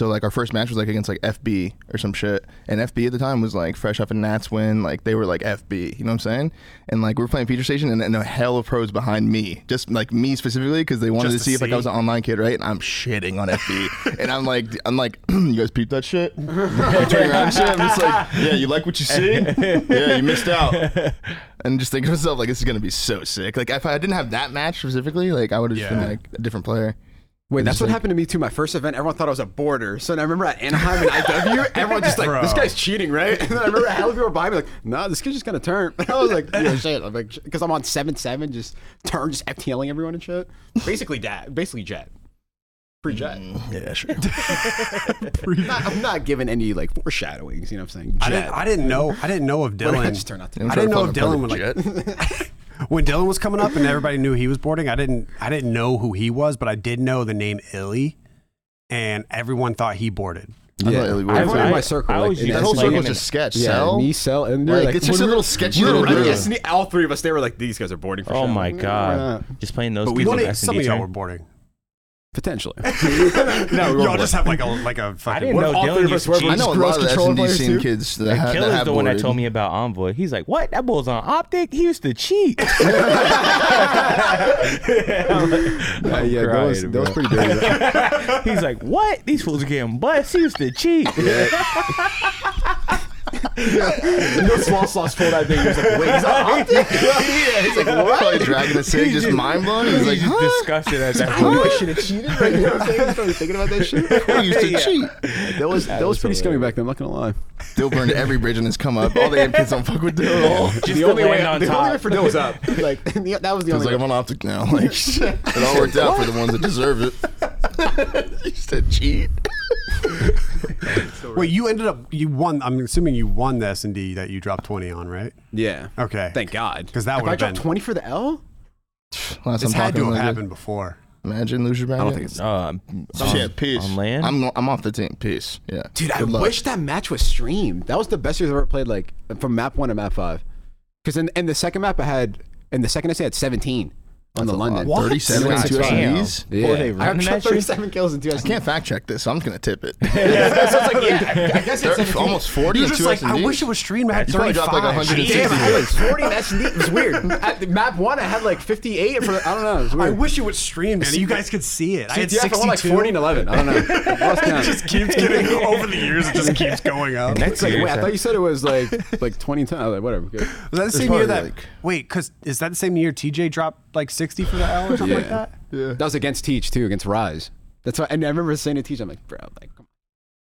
B: So like our first match was like against like FB or some shit, and FB at the time was like fresh off a Nats win, like they were like FB, you know what I'm saying? And like we were playing Feature Station, and, and a hell of pros behind me, just like me specifically, because they wanted
C: Just
B: to
C: to
B: see if like I
C: see?
B: was an online kid, right? And I'm shitting on
C: (laughs)
B: FB, and I'm like, I'm like, (clears throat) you guys peeped that shit? I turn around and shit, I'm just like, yeah, you like what you
C: (laughs)
B: see? Yeah, you missed out. And just thinking to myself, like, this is gonna be so sick. Like if I didn't have that match specifically, like I would have just
C: Yeah.
B: been like a different player.
D: Wait, that's
B: just
D: what
B: like-
D: happened to me too. My first event, everyone thought I was a border. So then I remember at Anaheim and IW, everyone just like,
C: Bro.
D: this guy's cheating, right? And then I remember a hell of people were behind me, like, nah, this kid's just gonna turn. (laughs) But I was like, yeah, shit. I'm like, because I'm on seven seven, just turn, just FTLing everyone and shit. Basically, that, basically jet, pre jet.
B: Mm, Yeah, sure.
D: not, I'm not giving any like foreshadowings. You know what I'm saying?
C: I
D: Jet.
C: didn't I didn't know I didn't know of
D: But
C: Dylan.
D: I just turned out to be-
B: I'm
C: I
B: trying
C: didn't
B: to
C: know if
B: find a
C: Dylan would
D: (laughs)
B: private
C: like when Dylan was coming up and everybody knew he was boarding. I didn't I didn't know who he was, but I did know the name Illy, and everyone thought he boarded.
B: I
D: Yeah.
B: thought Illy would.
D: Everyone
A: I-
D: in my circle.
A: I
D: like,
A: always
D: it-
A: used
B: That
A: to
B: whole
A: play
B: circle's
A: him
B: just sketch.
D: Yeah,
B: Sell.
D: me, Cell, and they're
B: Like,
D: like,
B: it's just a
D: when we
B: little
D: were-
B: sketchy
D: we were
B: little
D: running
B: room.
D: SNE all three of us, they were like, these guys are boarding for
A: oh
D: sure.
A: my
D: Yeah.
A: god, just playing those
D: But we
A: kids on
D: wanted-
A: S&D
C: Some of y'all
A: turn.
C: were
D: (laughs)
C: boarding.
B: (laughs)
D: Potentially.
C: No,
D: we
C: y'all
D: weren't.
C: just have like a like a fucking.
A: didn't know
D: all
A: Dylan
D: three of
A: used
D: us
A: to
D: were
A: cheat.
B: I know a lot of the S
D: control
B: and D
D: players
B: scene
D: too.
B: kids that,
A: And
B: ha- that
A: Killer's
B: have
A: the one that
B: boarded.
A: told me about Envoy. He's like, "What? That bull's on optic. He used to cheat." (laughs)
D: Yeah, yeah, that was, that was pretty (laughs) big.
A: He's like, "What? These fools are getting bust. He used to cheat."
D: no small sauce pulled that thing. He was like, (laughs) wait, he's not
B: yeah, he's like, what? Probably dragging the cig, just mind blown. (laughs) He's like,
A: He's just
B: huh?
A: disgusted at that
D: I knew
A: point. (laughs)
D: I should have cheated. Right? You know what I'm (laughs) saying? I started thinking about that shit.
B: I used (laughs) to cheat.
D: That was, that, was,
A: was
D: pretty scummy
A: hilarious.
D: back then, I'm not going to lie.
B: Dill burned every bridge and has come up. All the kids don't fuck with Dill at
D: Oh, (laughs)
B: all.
A: Just to land on
D: the only
A: top.
D: way for Dill was up. Like, (laughs) that was the
B: It's
D: only
B: like I'm
D: way.
B: on optic now. (laughs) Like it all worked out for the ones that deserve it. (laughs) used to cheat.
C: Wait, you ended up you won. I'm assuming you won the S and D that you dropped twenty on, right?
D: Yeah.
C: Okay,
D: Thank God.
C: 'Cause that
D: If I
C: would've
D: dropped
C: been-
D: 20 for the L?
B: Last I'm
C: This had to
B: talking
C: have
B: like this.
C: happened before.
B: Imagine lose your bracket.
D: don't think it's-
A: Um,
B: Shit, peace.
A: on land.
B: I'm I'm off the team. Peace. Yeah.
D: Dude, I
B: Good luck.
D: wish that match was streamed. That was the best years I've ever played, like from map one to map five. Because in, in the second map, I had, in the second I had 17 on the London.
C: What?
B: 37 and two
A: Damn.
B: SMEs.
D: Yeah.
A: they
D: I
A: running
D: have
A: that shit?
D: 37 kills in two
B: I can't fact check this, so I'm just gonna tip it. (laughs)
D: so it's like, yeah, I guess it's
B: They're (laughs)
D: 17.
B: almost 40
C: You're
B: and
C: just
B: two
C: like, I
B: SMEs.
C: wish it was streamed. I had
B: You probably dropped like
C: 35.
B: 160
D: Damn, I
C: Damn,
D: had like 40. That's neat. It was weird. At the map one, I had like 58. For, I don't know. It was
C: I
D: weird.
C: wish it was streamed, man. You guys could see it. I had
D: Yeah, I won like 40 and
C: 62.
D: 11. I don't know. I (laughs)
C: (laughs)
D: lost count.
C: It keeps getting
D: (laughs)
C: over the years. It just keeps going up.
A: Next
D: It's like,
A: year,
D: wait, I thought you said it was like like 20 10. I was like, whatever. Good.
C: Was that the same year that?
B: probably, like-
C: wait, because is that the same year TJ dropped like sixty for the L or something like
D: Yeah.
C: that?
D: That was against Teach too, against Rise. That's why, and I remember saying to Teach, I'm like, bro, like, come on,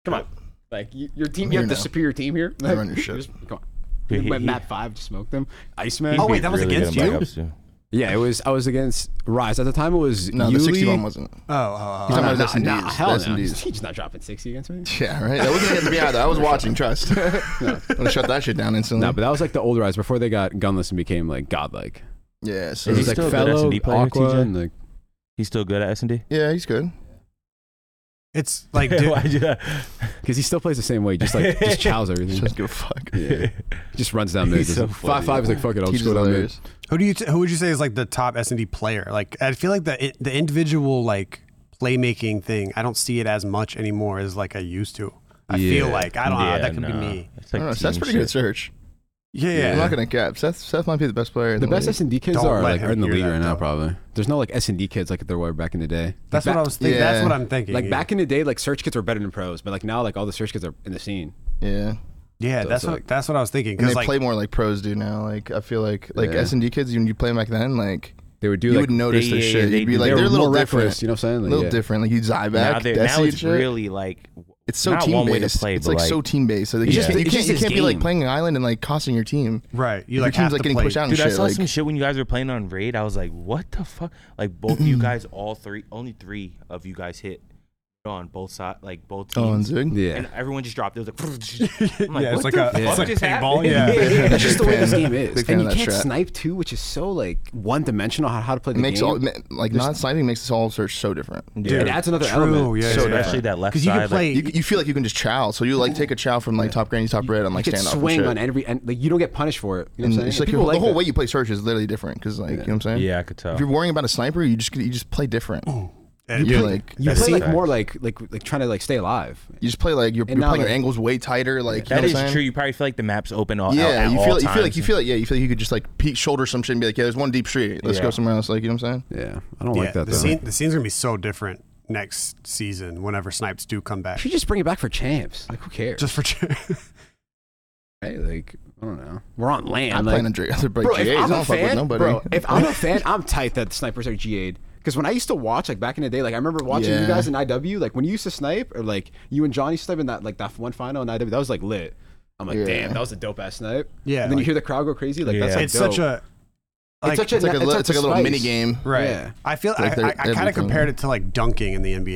D: come on, like you, your team,
B: here
D: you have the
B: now.
D: superior team here. Like,
B: run your shit.
D: just- come on.
A: Dude, he-
D: Went
A: he-
D: map five, just smoked them. Iceman.
C: Oh, wait, that was
A: Really
C: against
A: good on
C: you?
A: backups, too.
D: yeah, it was. I was against Rise at the time. It was
B: No, the
D: Yuli.
B: 61 wasn't.
C: Oh, oh,
B: He's
C: oh.
B: talking about
D: Nah,
B: his S&Ds.
D: nah, hell
B: The
D: no.
B: S&Ds.
D: Teach's not dropping sixty against me.
B: Yeah, right. That wasn't against me either. I was watching. Trust. (laughs) I'm gonna shut that shit down instantly.
D: No, but that was like the old Rise before they got gunless and became like godlike.
B: Yeah,
A: Is
B: so
D: It
A: he
D: was like
A: still a good
D: fellow
A: S&D player,
D: Aqua
A: TJ?
D: and like
A: He's still good at S and D.
B: yeah, he's good.
C: It's
B: (laughs)
A: (laughs)
C: like, dude,
D: because he still plays the same way, just like just chows
B: He
D: everything.
B: just give a fuck.
D: yeah. Just runs down mid.
A: He's
D: Just
A: so
D: five
A: funny.
D: five is like fuck it. I'll
B: He's
D: just go down mid.
B: hilarious.
C: who do you t- who would you say is like the top S and D player? Like, I feel like the the individual like playmaking thing. I don't see it as much anymore as like I used to. I feel
D: Yeah.
C: like I don't know. That could be me.
A: That's
B: I don't know, Seth's pretty good at search.
C: Yeah,
B: I'm
C: yeah.
B: not gonna cap. Seth Seth might be the best player. In
D: The
B: the,
D: best
B: league.
D: S and D kids
C: Don't
D: are
C: let
D: like
C: him
D: are in the
C: hear
D: league
C: that,
D: right now.
C: though.
D: Probably there's no like S and D kids like there were back in the day.
C: That's
D: Like,
C: what I
D: back-
C: was thinking. That's
B: yeah.
C: what I'm thinking.
D: Like
C: yeah.
D: back in the day, like search kids were better than pros, but like now, like all the search kids are in the scene.
B: Yeah,
C: Yeah,
D: So
C: that's
D: it's
C: what
D: like-
C: that's what I was thinking.
B: and they
C: Because like,
B: play more like pros do now. Like I feel like like
D: Yeah.
B: S and D kids when you play them back then, like
D: They would do
B: you
D: like
B: would notice
A: they-
B: their
A: yeah,
B: shit.
A: they-
B: You'd be
A: they
B: like
D: were
B: they're a little
D: more
B: different.
D: reckless, You know what I'm saying?
B: a
D: Like,
B: little
D: yeah.
B: different. Like you dive
A: Now,
B: back.
A: they're-
B: that's
A: now
B: your
A: it's
B: shit.
A: really like
B: It's so
A: not
B: team
A: one way to
B: based.
A: play,
B: It's
A: but,
B: like
A: like-
B: so team based. So you
D: It's just-
B: can't you
D: it's
B: can't
D: just
B: you
D: his
B: can't be like
D: game.
B: playing an island and like costing your team.
C: right, you
B: Your
C: like
B: team's
C: have
B: like
C: to
B: getting
C: play.
B: pushed out and
A: Dude, I
B: shit.
A: saw
B: Like
A: some shit when you guys were playing on raid. I was like, "What the fuck?" Like both
B: Hmm.
A: you guys, all three, only three of you guys hit on both side, like both
B: oh,
A: teams,
B: and Zig.
D: Yeah. (laughs)
A: and everyone just dropped. It was like, (laughs) I'm like
C: (laughs) Yeah, it's
A: what
C: like
A: the
C: a- it's
A: fuck
C: like
A: just happened?
C: paintball,
A: (laughs)
C: yeah.
D: That's just the way
B: fan.
D: this game is.
B: Big fan
D: and
B: of
D: you
B: that
D: can't
B: strat.
D: snipe too, which is so like one dimensional how, how to play
B: It
D: the
B: makes
D: game.
B: all ma- like non sniping makes this all search so different.
A: Yeah.
D: it adds another
C: True,
D: element.
C: yeah, yeah,
D: so
C: yeah.
A: Especially that left
C: 'Cause you can
A: side, like-
C: play.
B: You, you feel like you can just chow, so you like take a chow from like top granny, top red, and like
D: you could
B: stand up.
D: swing
B: and shit.
D: on every and like you don't get punished for it. You know
B: And
D: what I'm
B: it's
D: saying?
B: like
D: People
B: your- the
D: like
B: whole
D: that.
B: way you play search is literally different because like you know what I'm saying.
A: Yeah, I could tell.
B: If you're worrying about a sniper, you just you just play different. You
C: and
B: play
C: you-
B: like you
D: You
A: That's
D: play like
A: fact.
D: more like like like trying to like stay alive.
B: just play like you're, you're
D: And now,
B: playing your
D: like-
B: angles way tighter. Like you
A: That
B: know
A: is
B: what I'm saying?
A: true. You probably feel like the map's open all
B: Yeah,
A: Oh, at
B: you
A: all
B: feel like you feel like
A: times.
B: you feel like yeah, you feel like you could just like peek, shoulder some shit and be like, yeah, there's one deep street. Let's
A: Yeah.
B: go somewhere else. Like you know what I'm saying?
D: Yeah, I don't
C: yeah,
D: like that
C: the
D: though.
C: scene the scene's gonna be so different next season whenever snipes do come back.
D: should just bring it back for champs. Like who cares?
C: Just for (laughs)
D: hey, like I don't know. We're on land.
B: I'm
D: like,
B: playing a Drake. I'm
D: bro, if I'm
B: don't
D: a
B: fuck with
D: fan,
B: nobody.
D: bro,
B: (laughs)
D: if I'm a fan, I'm tight that snipers are GA'd. Because when I used to watch, like back in the day, like I remember watching
B: Yeah.
D: you guys in IW, like when you used to snipe, or like you and Johnny snipe in that like that one final in IW, that was like lit. I'm like,
B: Yeah.
D: damn, that was a dope ass snipe.
C: Yeah,
D: And then you
C: like-
D: hear the crowd go crazy, like that's
A: Yeah.
D: like
C: it's
D: dope.
C: such a like,
D: it's such a
B: it's like a, li- it's like a little
D: spice.
B: mini game.
C: right.
D: Yeah.
C: I feel
B: Like
C: I, I,
B: they're
C: I kind
B: everything.
C: of compared it to like dunking in the NBA.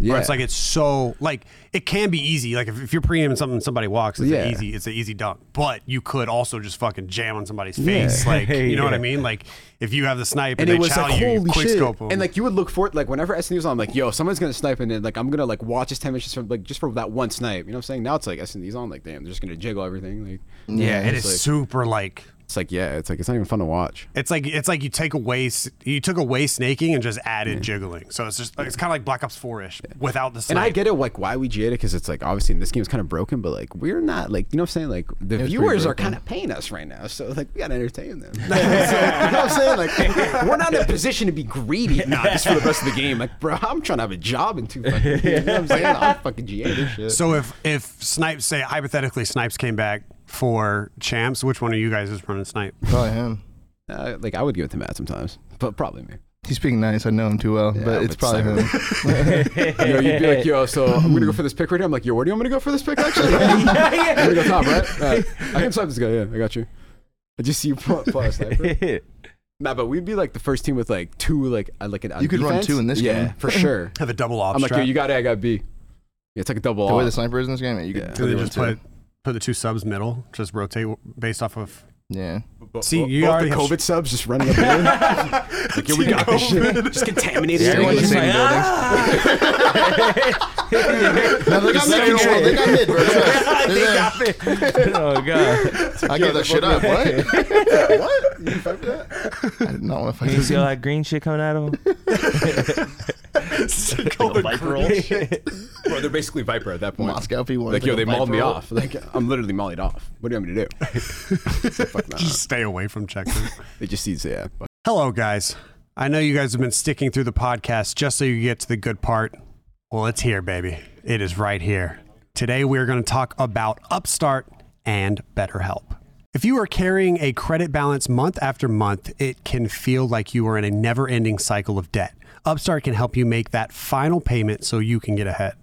D: Yeah.
C: Where it's like it's so like it can be easy. Like if, if you're pre-aiming something, and somebody walks, it's
D: Yeah.
C: an easy. It's an easy dunk. But you could also just fucking jam on somebody's face.
D: (laughs)
C: Like you know what I
A: Yeah.
C: mean? Like if you have the snipe and,
D: And it
C: they
D: was
C: chow
D: like,
C: you, you
D: holy
C: quick
D: shit.
C: scope 'em.
D: And like, you would look for it, like, whenever SD was on, I'm like, yo, someone's gonna snipe, and then, like, I'm gonna, like, watch his 10 minutes just from, like, just for that one snipe. You know what I'm saying? Now it's like, SD's on, like, damn, they're just gonna jiggle everything. Like,
C: yeah, it
D: it's
C: is
D: like-
C: super like
D: it's like, yeah, it's like, it's not even fun to watch.
C: It's like it's like you take away s- you took away snaking and just added jiggling. So it's just it's kind of like Black Ops Four ish without the
D: And I
C: snipe.
D: get it, like why we ga it, because it's like obviously this game is kind of broken, but like we're not like you know what I'm saying. Like the viewers are kind of paying us right now, so like we gotta
C: (laughs)
D: entertain them. (laughs) so, you know what I'm saying? Like we're not in a position to be greedy. Nah, just for the rest of the game. Like bro, I'm trying to have a job in two fucking. years, You know what I'm
C: (laughs)
D: saying? I'm fucking GA this shit.
C: so if if snipes say hypothetically snipes came back for champs, which one of you guys is running snipe?
B: Probably him.
D: Uh, like I would give it to Matt sometimes, but probably me.
B: He's speaking nice. I know him too well, but it's
D: but
B: probably him.
D: You know, you'd be like, yo, so I'm gonna go for this pick right here. I'm like, yo, where do you want me to go for this pick actually? (laughs) I'm gonna go top right. All right. I can swipe this guy. Yeah, I got you. I just see you pull, pull out
A: (laughs)
D: a sniper. Nah, but we'd be like the first team with like two, like uh, like an. on
B: You could run
D: defense.
B: two in this
D: yeah,
B: game. (laughs)
D: for sure.
C: Have a double off
D: I'm like, yo,
C: strap.
D: you got A, I got B. Yeah, it's like a double.
B: The way
D: off.
B: the sniper is in this (laughs) game, you could
D: Yeah.
C: Do
B: totally
C: they
B: run
C: just
B: two.
C: put put the two subs middle, just rotate w- based off of.
B: Yeah.
D: Bo-
C: See,
D: bo-
C: you
D: both
C: already
D: the
C: have
D: COVID subs
B: (laughs)
D: just running up there. like, yeah, we got this shit. Just contaminated.
B: Yeah,
D: everyone.
B: everyone's
D: Just
B: just
D: like,
B: like,
A: "Ah!" (laughs)
B: No, they got
D: Just
B: mid
D: saying
B: control.
D: it.
B: They got mid, (laughs) bro. They're (laughs)
A: oh god.
B: there. I got that shit up. What? (laughs) what? You fucked that? I did not want to fuck
A: You
B: this.
A: see all (laughs) that green shit coming out of him? (laughs)
D: (laughs) bro, they're basically Viper at that point.
B: Moscow P1.
D: Like, yo, they mauled me
B: Viper. (laughs)
D: off. Like, I'm literally mollied off. What do you want me to do? So, fuck nah.
C: Just stay away from checkers.
D: They just sees, yeah.
C: Hello, guys. I know you guys have been sticking through the podcast just so you get to the good part. Well, it's here, baby. It is right here. Today, we are going to talk about Upstart and BetterHelp. If you are carrying a credit balance month after month, it can feel like you are in a never ending cycle of debt. Upstart can help you make that final payment so you can get ahead.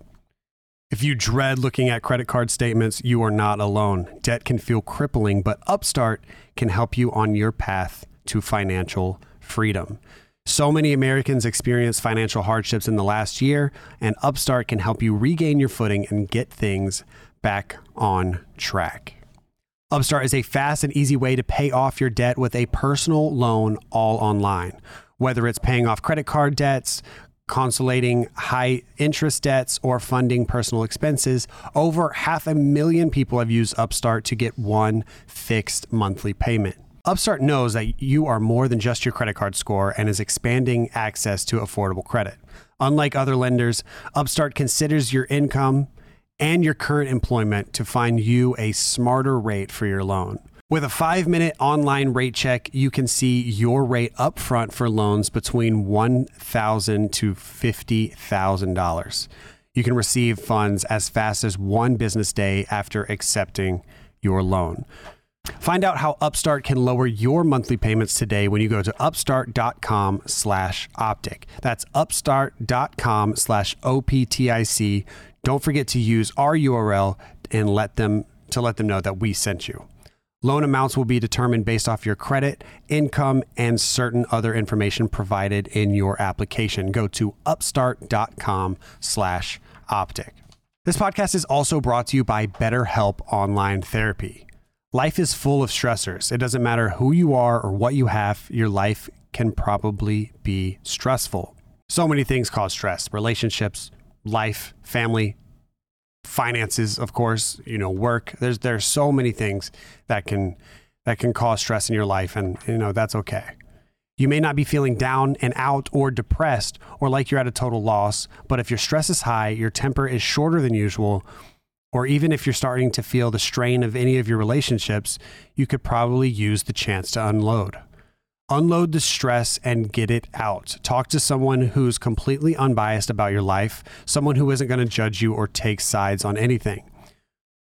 C: If you dread looking at credit card statements, you are not alone. Debt can feel crippling, but Upstart can help you on your path to financial freedom. So many Americans experienced financial hardships in the last year, and Upstart can help you regain your footing and get things back on track. Upstart is a fast and easy way to pay off your debt with a personal loan all online. Whether it's paying off credit card debts, consolidating high interest debts, or funding personal expenses, over half a million people have used Upstart to get one fixed monthly payment. Upstart knows that you are more than just your credit card score and is expanding access to affordable credit. Unlike other lenders, Upstart considers your income and your current employment to find you a smarter rate for your loan. With a five minute online rate check, you can see your rate upfront for loans between $1,000 to $50,000. You can receive funds as fast as one business day after accepting your loan. Find out how Upstart can lower your monthly payments today when you go to upstart.com slash optic. That's upstart.com slash OPTIC. Don't forget to use our URL and let them to let them know that we sent you. Loan amounts will be determined based off your credit, income, and certain other information provided in your application. Go to upstart.com slash optic. This podcast is also brought to you by BetterHelp Online Therapy. Life is full of stressors. It doesn't matter who you are or what you have, your life can probably be stressful. So many things cause stress relationships, life, family, finances, of course, you know, work. There's there's so many things that can that can cause stress in your life and you know, that's okay. You may not be feeling down and out or depressed or like you're at a total loss, but if your stress is high, your temper is shorter than usual, or even if you're starting to feel the strain of any of your relationships, you could probably use the chance to unload. Unload the stress and get it out. Talk to someone who's completely unbiased about your life, someone who isn't going to judge you or take sides on anything.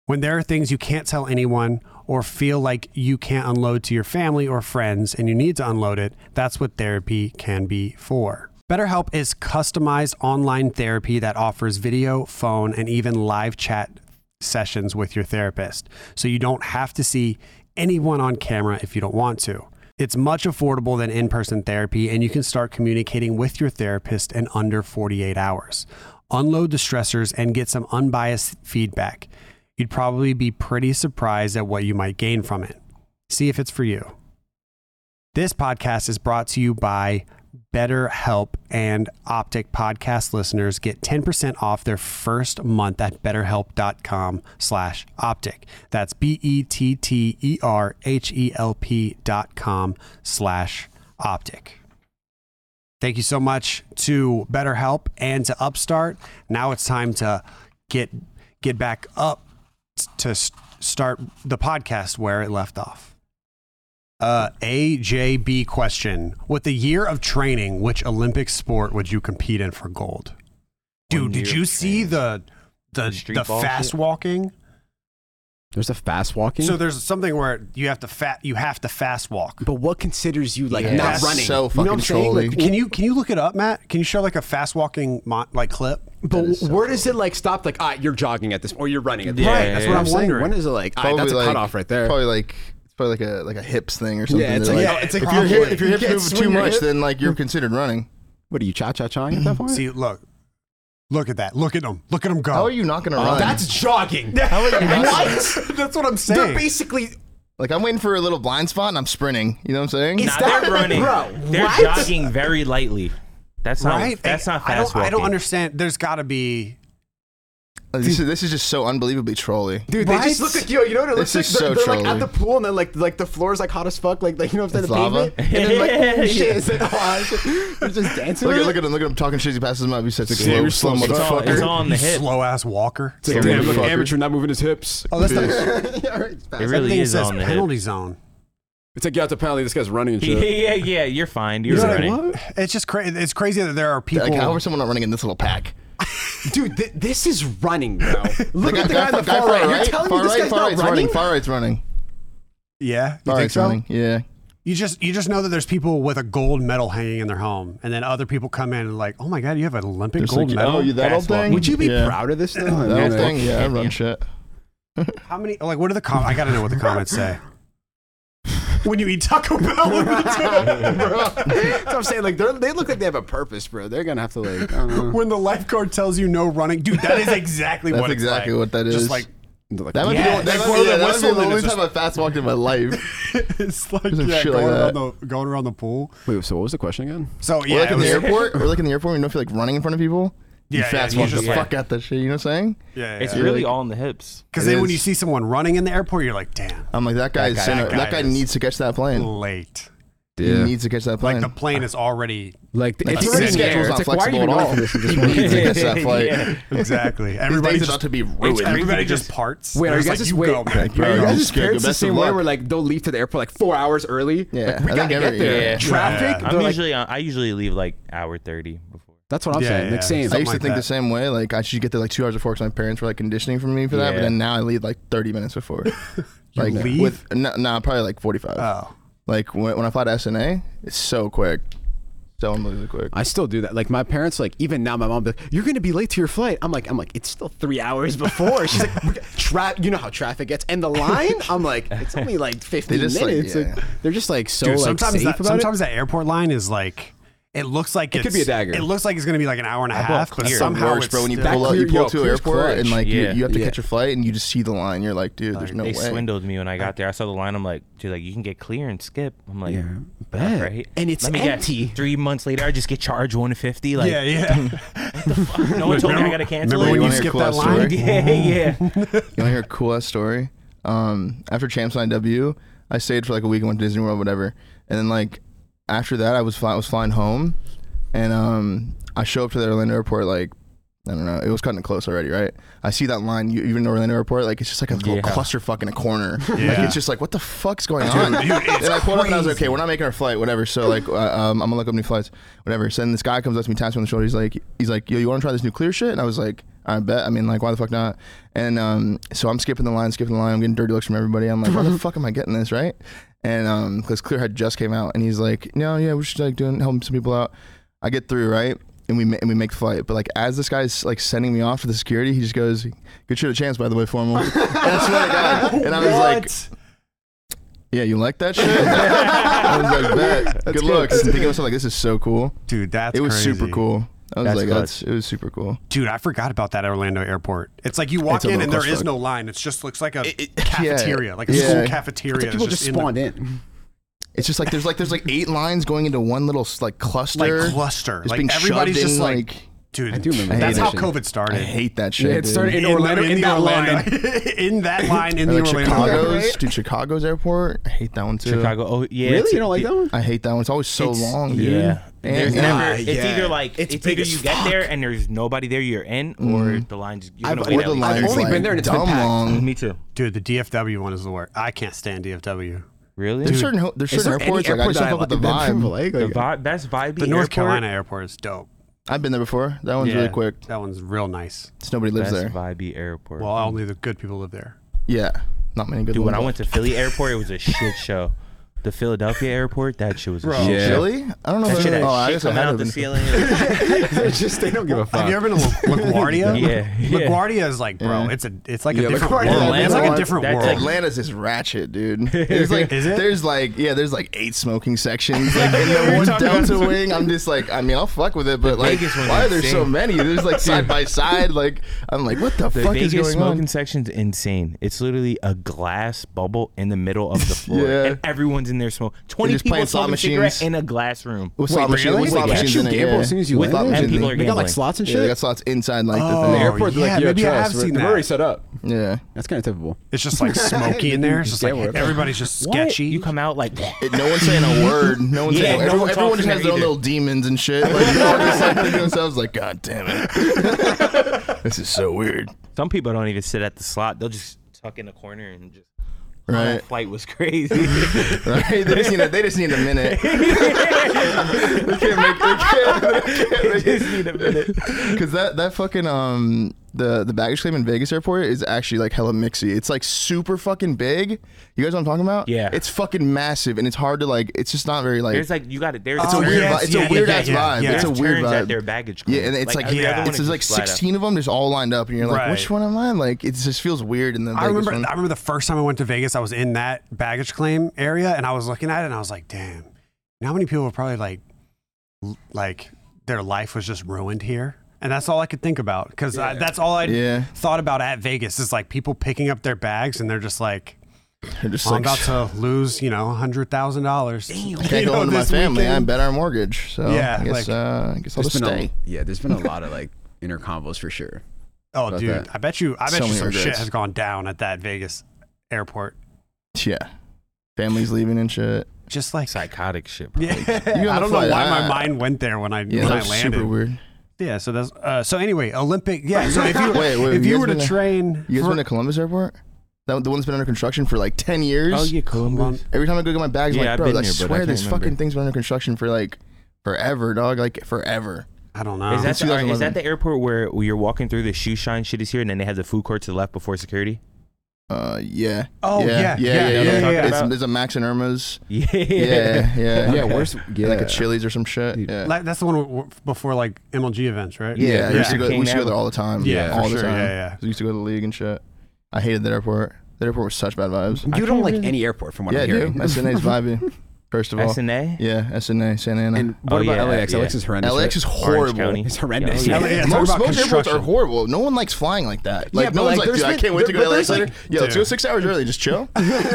C: When there are things you can't tell anyone or feel like you can't unload to your family or friends and you need to unload it, that's what therapy can be for. BetterHelp is customized online therapy that offers video, phone, and even live chat sessions with your therapist. So you don't have to see anyone on camera if you don't want to. It's much affordable than in-person therapy and you can start communicating with your therapist in under 48 hours. Unload the stressors and get some unbiased feedback. You'd probably be pretty surprised at what you might gain from it. See if it's for you. This podcast is brought to you by BetterHelp and Optic podcast listeners get 10% off their first month at betterhelp.com slash optic. That's E B-E-T-T-E-R-H-E-L-P E dot com slash optic. Thank you so much to BetterHelp and to Upstart. Now it's time to get get back up to s- start the podcast where it left off. Uh, AJB question. With a year of training, which Olympic sport would you compete in for gold? Dude,
A: One
C: did
A: year
C: you
A: of
C: see the the
A: The
C: the,
A: street ball
C: fast
A: shit?
C: walking?
D: There's a fast walking.
C: So there's something where you have to fat you have to fast walk.
D: but what considers you like
A: Yeah.
D: not
A: That's
D: running?
B: so
D: You know what I'm
B: fucking
D: saying? Like,
B: trolly.
C: Can you can you look it up, Matt? Can you show like a fast walking mo- like clip?
D: But where does it like stop? Like, ah, you're jogging at this, or you're running at this.
A: Yeah,
D: Right, that's
A: yeah,
D: what
A: yeah.
D: I'm
A: I'm
D: wondering.
C: wondering.
D: When is it like? ah, that's a
B: like-
D: cutoff right there.
B: Probably like it's probably like a like a hips thing or something.
D: Yeah, it's
B: They're
D: like-
B: like,
D: yeah, it's
B: if
D: like
B: your hip,
D: probably-
B: if your
D: you
B: hip
D: can't
B: moves
D: swing
B: too
D: your
B: much,
D: hip.
B: then like you're considered running.
D: What are you cha cha chaing at that point?
C: See, look. Look at that. Look at them. Look at them go.
B: How are you not gonna run?
D: Oh. that's jogging. what? (laughs)
C: That's what I'm
D: They're
C: saying.
D: basically.
B: like I'm waiting for a little blind spot and I'm sprinting. You know what I'm saying?
D: It's-
A: Nah,
D: that-
A: they're running.
D: bro,
A: they're
D: what?
A: jogging very lightly. That's not.
C: right?
A: That's not
C: I
A: fast
C: don't, I don't
A: walking.
C: understand. There's got to be
B: this, is, this is just so unbelievably trolly.
D: Dude, they just
C: Right?
D: look like yo. You know what it looks
B: This
D: like?
B: is
D: They're,
B: so
D: they're like at
B: trolly.
D: the pool, and then like like the floor is like hot as fuck. Like like you know what I'm saying?
B: It's
D: the
B: lava?
D: pavement. And then (laughs) like oh,
A: Yeah.
D: shit, it's like, oh, shit. they're just dancing.
B: Look at
D: with it.
B: look at him! Look at him talking shit. He passes him up. He says,
D: Yeah,
B: "Slow,
D: you're
B: slow
D: slow,
A: It's all,
B: motherfucker."
A: it's all on the hip.
C: slow ass walker.
B: Damn, Damn, look, look, amateur
D: not moving his hips.
C: Oh, that's not.
D: yeah, right, it's
A: It
D: fast.
A: really
C: Everything
A: is
C: says
A: on the hip.
C: penalty zone.
D: It's like, yeah, it's a penalty. This guy's running and
A: Yeah, yeah, yeah. You're fine. You're
D: You're like,
A: running.
C: It's just crazy. It's crazy that there are people.
B: Like, how are someone not running in this little pack?
D: Dude, th- this is running, bro. Look at the guy
B: guy-
D: on the
B: guy
D: far right. You're telling me
B: far
D: this
B: right,
D: guy's
B: far
D: not
B: right's running.
D: running?
B: Far right's running.
C: yeah, you
B: Far
C: think
B: right's
C: so?
B: running. Yeah.
C: You just you just know that there's people with a gold medal hanging in their home, and then other people come in and like, oh my god, you have an Olympic
B: Just
C: gold
B: like,
C: medal.
B: oh, you that old
A: Fast walking.
B: thing?
D: Would you be
B: Yeah.
D: proud of this though? I
B: That
D: mean,
B: old
D: like-
B: thing? Yeah, I
A: Yeah.
B: run shit. oh.
C: How many? Like, what are the com I gotta know what the comments
B: (laughs)
C: say. when you eat Taco Bell,
B: (laughs)
D: bro. That's what I'm saying. Like they're- they look like they have a purpose, bro. They're gonna have to like. I don't know.
C: when the lifeguard tells you no running, dude, that is exactly
B: That's
C: what. it's
B: exactly
C: like. (laughs)
B: what that is.
C: Just like
D: Like,
B: That might
A: Yeah.
B: be the, that
C: Like,
B: might
C: one
B: be,
C: of
B: yeah,
C: them
B: that might be
C: whistled
B: the
C: and
B: only
C: it's
B: time I fast walked in my life.
C: it's like
B: some
C: yeah,
B: shit
C: going,
B: like
C: around the, going around the pool.
D: (laughs) wait, so what was the question again?
C: So
B: Or
C: yeah,
B: like
C: it
B: in
C: was-
B: the airport, or like in the airport, when you don't feel like running in front of people. you
C: Yeah, yeah,
B: fast
C: you
B: walk
C: just
B: the
A: like-
B: fuck out that shit. You know what I'm saying?
C: yeah,
A: It's
C: yeah.
A: really
B: Like-
A: all in the hips.
C: Because
B: It
C: then when
B: is.
C: you see someone running in the airport, you're like, damn,
B: I'm like that guy's
A: guy-
B: center- that
C: that
B: guy,
C: guy is-
B: needs to catch that plane.
C: late.
B: He needs to catch that plane.
C: Like the plane is already
D: Like,
B: Like,
D: it's
B: his
D: already in the air.
B: schedule's not
D: It's like, why are you
B: flexible
D: even
B: at
D: going (laughs)
B: all.
D: for this?
B: He needs to catch that flight.
C: exactly.
B: His
C: Everybody
B: day's
C: just
B: about to be
C: It's-
B: ruined.
C: everybody just parts.
D: Wait,
C: They're
D: are you
C: just
D: guys
C: like,
D: just wait?
C: go, man.
B: bro.
D: Are you
B: I'm
D: guys just
B: scared.
D: parents
B: Best
D: the
B: of
D: same way?
B: luck.
D: Where like they'll leave to the airport like four hours early.
B: Yeah,
D: like, we
B: I
D: gotta
B: think
D: get
B: every-
D: there.
A: yeah.
D: Traffic.
C: Yeah.
D: they're
A: I'm
D: like-
A: usually on, I usually leave like hour thirty before.
D: that's what I'm
C: Yeah,
D: saying.
C: yeah.
D: Like same.
B: I
C: Something
B: used to
C: like
B: think
C: that.
B: the same way. Like I should get there like two hours before because my parents were like conditioning for me for that. But
A: Yeah.
B: then now I leave like 30 minutes before. like
C: leave?
B: with no, no, probably like 45.
C: Oh,
B: Like when, when I fly to SNA, it's so quick, so unbelievably quick.
D: I still do that. Like my parents, like even now, my mom, be like, you're gonna be late to your flight. I'm like, I'm like, it's still three hours before. She's like, "We got- (laughs) tra- you know how traffic gets, and the line. I'm like, it's only like 15
B: They just, like,
D: minutes. Like,
B: yeah.
D: they're just like so
C: dude.
D: like
C: sometimes
D: safe
C: that,
D: about
C: sometimes that airport line is like. It looks like it
D: could be a dagger.
C: It looks like it's gonna be like an hour and a
A: about
C: half, but
A: clear?
B: It
C: somehow
B: works,
C: it's
B: bro. When you
C: still-
B: pull up,
D: clear-
B: you pull
D: yo,
B: up to an
D: clear's
B: airport
D: clutch.
B: and like you,
A: Yeah.
B: you have to
D: Yeah.
B: catch your flight and you just see the line. You're like, dude, there's no
A: they
B: way.
A: swindled me when I got there. I saw the line. I'm like, dude, like you can get clear and skip. I'm like,
D: Yeah,
A: "All
D: bet." And it's
A: guess,
D: empty.
A: Three months later, I just get charged 150. Like,
C: yeah, yeah.
A: no one told me I
C: Remember-
A: gotta cancel. it.
C: Remember when
B: You
C: you
B: wanna hear
C: skipped
B: cool
C: that
B: story?
C: line?
A: yeah, yeah.
B: You want to hear a cool ass story? Um, after Champs on W, I stayed for like a week and went to Disney World, whatever. And then like after that, I was fly- I was flying home, and um, I show up to the Orlando airport like. I don't know. It was cutting it close already, right? I see that line. You, even Orlando airport, like it's just like a little
A: Yeah.
B: clusterfuck in a corner. Like
C: Yeah.
B: it's just like what the fuck's going on? (laughs) and I pulled up and I was like, okay, we're not making our flight, whatever. So like, uh, um, I'm gonna look up new flights, whatever. So then this guy comes up to me, taps me on the shoulder. He's like, he's like, yo, you want to try this new clear shit? And I was like, I bet. I mean, like, why the fuck not? And um, so I'm skipping the line, skipping the line. I'm getting dirty looks from everybody. I'm like, why the fuck am I getting this right? And um, because Clear had just came out, and he's like, no, yeah, we're just like doing helping some people out. I get through right. And we, ma- and we make the flight, but like as this guy's like sending me off to the security, he just goes, "Good shit, a chance by the way, formal." and I swear to God, and I was like, yeah, you like that shit? (laughs) I was like, bet. good, looks. And thinking to myself, like, this is so cool.
C: dude, that's
B: it was
C: crazy.
B: super cool. I was
A: That's
B: like,
A: clutch.
B: that's, it was super cool.
C: dude. I forgot about that Orlando airport. It's like you walk
B: It's a
C: in
B: little
C: and there
B: clusterfuck.
C: is no line. It just looks like a
B: it-
C: cafeteria,
B: yeah.
C: like a
B: Yeah.
C: school cafeteria.
D: Like, people
C: It's
D: just
C: in the-
D: spawned in.
B: It's just like there's like there's like eight lines going into one little like cluster.
C: like cluster.
B: Just
C: like
B: being
C: everybody's
B: shoved
C: just
B: in,
C: like,
B: like-
C: dude.
D: I do remember
C: That's
B: that
C: how
B: shit.
C: COVID
B: I
C: started.
B: hate that shit.
D: Yeah, it
B: dude.
D: started in Orlando, in
C: the
D: that
C: Orlando-
D: line. (laughs)
C: in that line in
B: Or,
C: the
B: like
C: Orlando.
B: Chicago's,
C: airport.
B: dude. Chicago's airport. I hate that one too.
A: Chicago. Oh, yeah.
D: Really,
A: it's-
D: you don't like
A: it-
D: that one?
B: I hate that one. It's always so
A: it's-
B: long, dude.
A: Yeah.
B: And-
A: There's
B: and-
A: never.
C: Ah,
A: It's
C: yeah.
A: either like
D: It's
A: it's,
D: big
A: either
D: as
A: you get there and there's nobody there you're in, or the line just you're gonna
D: I've-
A: wait.
B: Or
A: at
B: the
A: least.
B: line's Mm-hmm.
D: I've only
B: like
D: been there and it's been
B: dumb
D: packed.
B: long.
A: Me too.
C: Dude, the DFW one is the worst. I can't stand DFW.
A: Really?
B: There's certain ho- there's
D: Is
B: certain
D: there
B: airports
D: any
B: like I
D: airport
B: just don't fuck with the
D: that I like?
B: vibe.
D: Like,
A: the
D: like,
A: vi- best vibe.
C: The North Carolina airport is dope.
B: I've been there before. That one's
C: Yeah,
B: really quick.
C: That one's real nice.
B: It's nobody lives
A: Best
B: there.
A: vibey airport.
C: Well, only the good people live there.
B: Yeah, not many good.
A: Dude, when I went
B: ones.
A: to Philly airport, it was a shit show. The Philadelphia airport, that shit was a shit
D: Yeah.
A: show.
B: Philly? I don't know.
A: That
B: if
A: shit
B: I,
A: had
B: oh, I
A: shit
B: guess I
A: coming
B: had
A: out
B: been
A: the ceiling. It
D: they're (laughs) just they don't give a fuck.
C: Have you ever been to La-
D: (laughs)
C: LaGuardia?
A: Yeah, yeah.
C: LaGuardia is like, bro, it's a, it's like
D: Yeah,
C: a different world.
D: LaGuardia-
C: It's like a
A: Orlando-
C: different
A: that's
C: world.
A: like-
B: Atlanta's is ratchet, dude. There's like,
C: Is it?
B: there's like, yeah, there's like eight smoking sections. Like, in the one Delta wing, I'm just like, I mean, I'll fuck with it, but like,
A: Vegas one's
B: why are there so
A: insane.
B: many? There's like side by side. Like, I'm like, what the,
A: The
B: fuck
A: Vegas
B: is going
A: smoking
B: on?
A: section's insane. It's literally a glass bubble in the middle of
B: (laughs)
A: the floor,
B: Yeah.
A: and everyone's in there smoking. Twenty
B: just playing
A: people
B: slot
A: smoking cigarette
B: machines. Oh,
A: in a glass room.
B: With slot
D: Wait,
B: machine-
D: really?
B: with slot
D: Wait,
B: machines
D: can't you
B: in it,
D: gamble
B: yeah.
D: as soon as you
B: With
A: land?
B: slot
A: And
B: machines
A: people
B: in
A: are
B: it.
D: They got like
A: Gambling.
D: slots and
B: Yeah, they got
D: shit.
B: slots inside like
C: Oh.
D: the
B: the thing.
C: Air-
D: airport's
C: yeah,
D: like, yeah,
C: maybe I have
D: trust.
C: seen
D: They're
C: that.
D: already set up.
B: Yeah,
D: That's kind of typical.
C: it's just like smoky in there. It's just like
D: Yeah, we're-
C: everybody's just
A: What?
C: sketchy.
A: You come out like (laughs)
B: It- no one's saying a word. No one's
A: Yeah,
B: saying. a word.
A: no
B: everyone,
A: one's
B: everyone just
A: talking
B: has their own
A: either.
B: little demons
A: (laughs)
B: and shit. Like, no one's just like thinking to themselves, like, God damn it, (laughs) this is so weird.
A: some people don't even sit at the slot; they'll just tuck in a corner and just.
B: Right.
A: That flight was
B: (laughs)
A: crazy.
B: Right? They just need a, they just need
A: (laughs)
B: a minute. (laughs) they can't make, they can't, they can't Because that, that fucking um the the baggage claim in Vegas airport is actually like hella mixy. It's like super fucking big. You guys know what I'm talking about?
A: Yeah.
B: It's fucking massive, and it's hard to like. It's just not very like.
A: There's like you got it. There's
B: it's a
C: Oh,
B: weird.
C: yes,
B: vi- it's a
C: yeah,
B: weird
C: yeah,
B: ass
C: yeah,
B: vibe.
C: yeah.
B: It's a
A: There's
B: weird
A: turns
B: vibe.
A: at their baggage.
B: yeah,
A: claim.
B: and it's like,
A: every
C: yeah,
A: other one
B: it's
A: is
B: like
A: just flat out.
B: 16 of them just all lined up, and you're like,
C: Right.
B: which one am I? Like, it just feels weird. And then
C: I remember.
B: One.
C: I remember the first time I went to Vegas. I was in that baggage claim area, and I was looking at it, and I was like, "Damn, how many people were probably like, l- like their life was just ruined here." and that's all I could think about because that's all I
B: Yeah.
C: thought about at Vegas is like people picking up their bags and they're just like,
B: They're just
C: I'm
B: like,
C: about to lose, you know, hundred thousand dollars.
B: I (laughs) can't go into my family. I'm bet our mortgage. So
C: Yeah,
B: I guess
C: like-
B: uh, I guess I'll just
D: There's been
B: stay.
D: a, yeah, there's been a lot of like inner combos for sure.
C: Oh, dude,
B: that.
C: I bet you, I bet
B: So
C: you
B: many
C: some shit
B: regrets.
C: has gone down at that Vegas airport.
B: yeah, families leaving and shit.
C: Just like,
A: Psychotic shit. Bro.
C: (laughs)
B: You
C: yeah, I
B: gotta
C: don't know
B: fly
C: why my
B: that.
C: mind went there when I
B: Yeah,
C: when I
B: that's super
C: landed.
B: weird.
C: Yeah, so that's uh, so anyway, Olympic. Yeah, so if you
B: (laughs) Wait, wait,
C: if
B: you
C: you
B: guys
C: were to
B: been to-
C: train,
B: You guys
C: for-
B: been to Columbus Airport? That one- the one that's been under construction for like ten years.
A: Oh yeah, Columbus.
B: Every time I go get my bags, I'm
A: Yeah,
B: like,
A: I've
B: bro,
A: been
B: I
A: there, but I
B: swear
A: can't
B: this
A: remember.
B: fucking thing's been under construction for like forever, dog. Like forever.
C: I don't
B: Uh-huh.
C: know.
A: Is that, the, is
B: 2011.
A: that the airport where you're walking through the shoe shine shit is here, and then they have the food court to the left before security? (laughs)
B: Uh, yeah.
C: Oh,
B: yeah,
C: yeah, yeah,
B: yeah, yeah.
C: yeah, yeah, yeah.
B: It's, there's a Max and
C: (laughs)
B: Irma's.
A: Yeah.
B: Yeah, yeah,
D: Yeah,
B: (laughs)
D: where's-
B: like
D: yeah.
B: a Chili's or some shit.
D: Dude.
B: Yeah,
C: Like, that's the one w- before like MLG events, right?
B: yeah.
A: Yeah,
B: we used to
A: Burger
B: go, we
A: King
B: used to go
A: now.
B: there all the time.
C: Yeah,
B: all
C: for
B: the
C: sure,
B: time.
C: yeah, yeah.
B: We used to go to the league and shit. I hated that airport. That airport was such bad
D: (laughs)
B: vibes.
D: You don't like any airport from what
B: yeah,
D: I'm hearing.
B: dude. SNA's vibey. First of all,
A: SNA.
B: yeah, SNA, Santa Ana.
D: And what
A: Oh,
D: about
A: yeah,
D: LAX?
A: yeah.
D: LAX is horrendous.
B: LAX
D: right?
B: is
A: Orange
B: horrible.
A: County.
D: It's horrendous.
A: Yeah,
C: Yeah, yeah, talk
B: most
C: about
B: most airports are
C: construction.
B: horrible. No one likes flying like that. Like
D: Yeah, but,
B: no one's like,
D: like, there's
B: dude, I
D: been-
B: can't wait to
D: there-
B: go to
D: but
B: LA.
D: there's,
B: It's like,
D: like-
B: yo, let's go six hours early. Just
D: (laughs)
B: chill.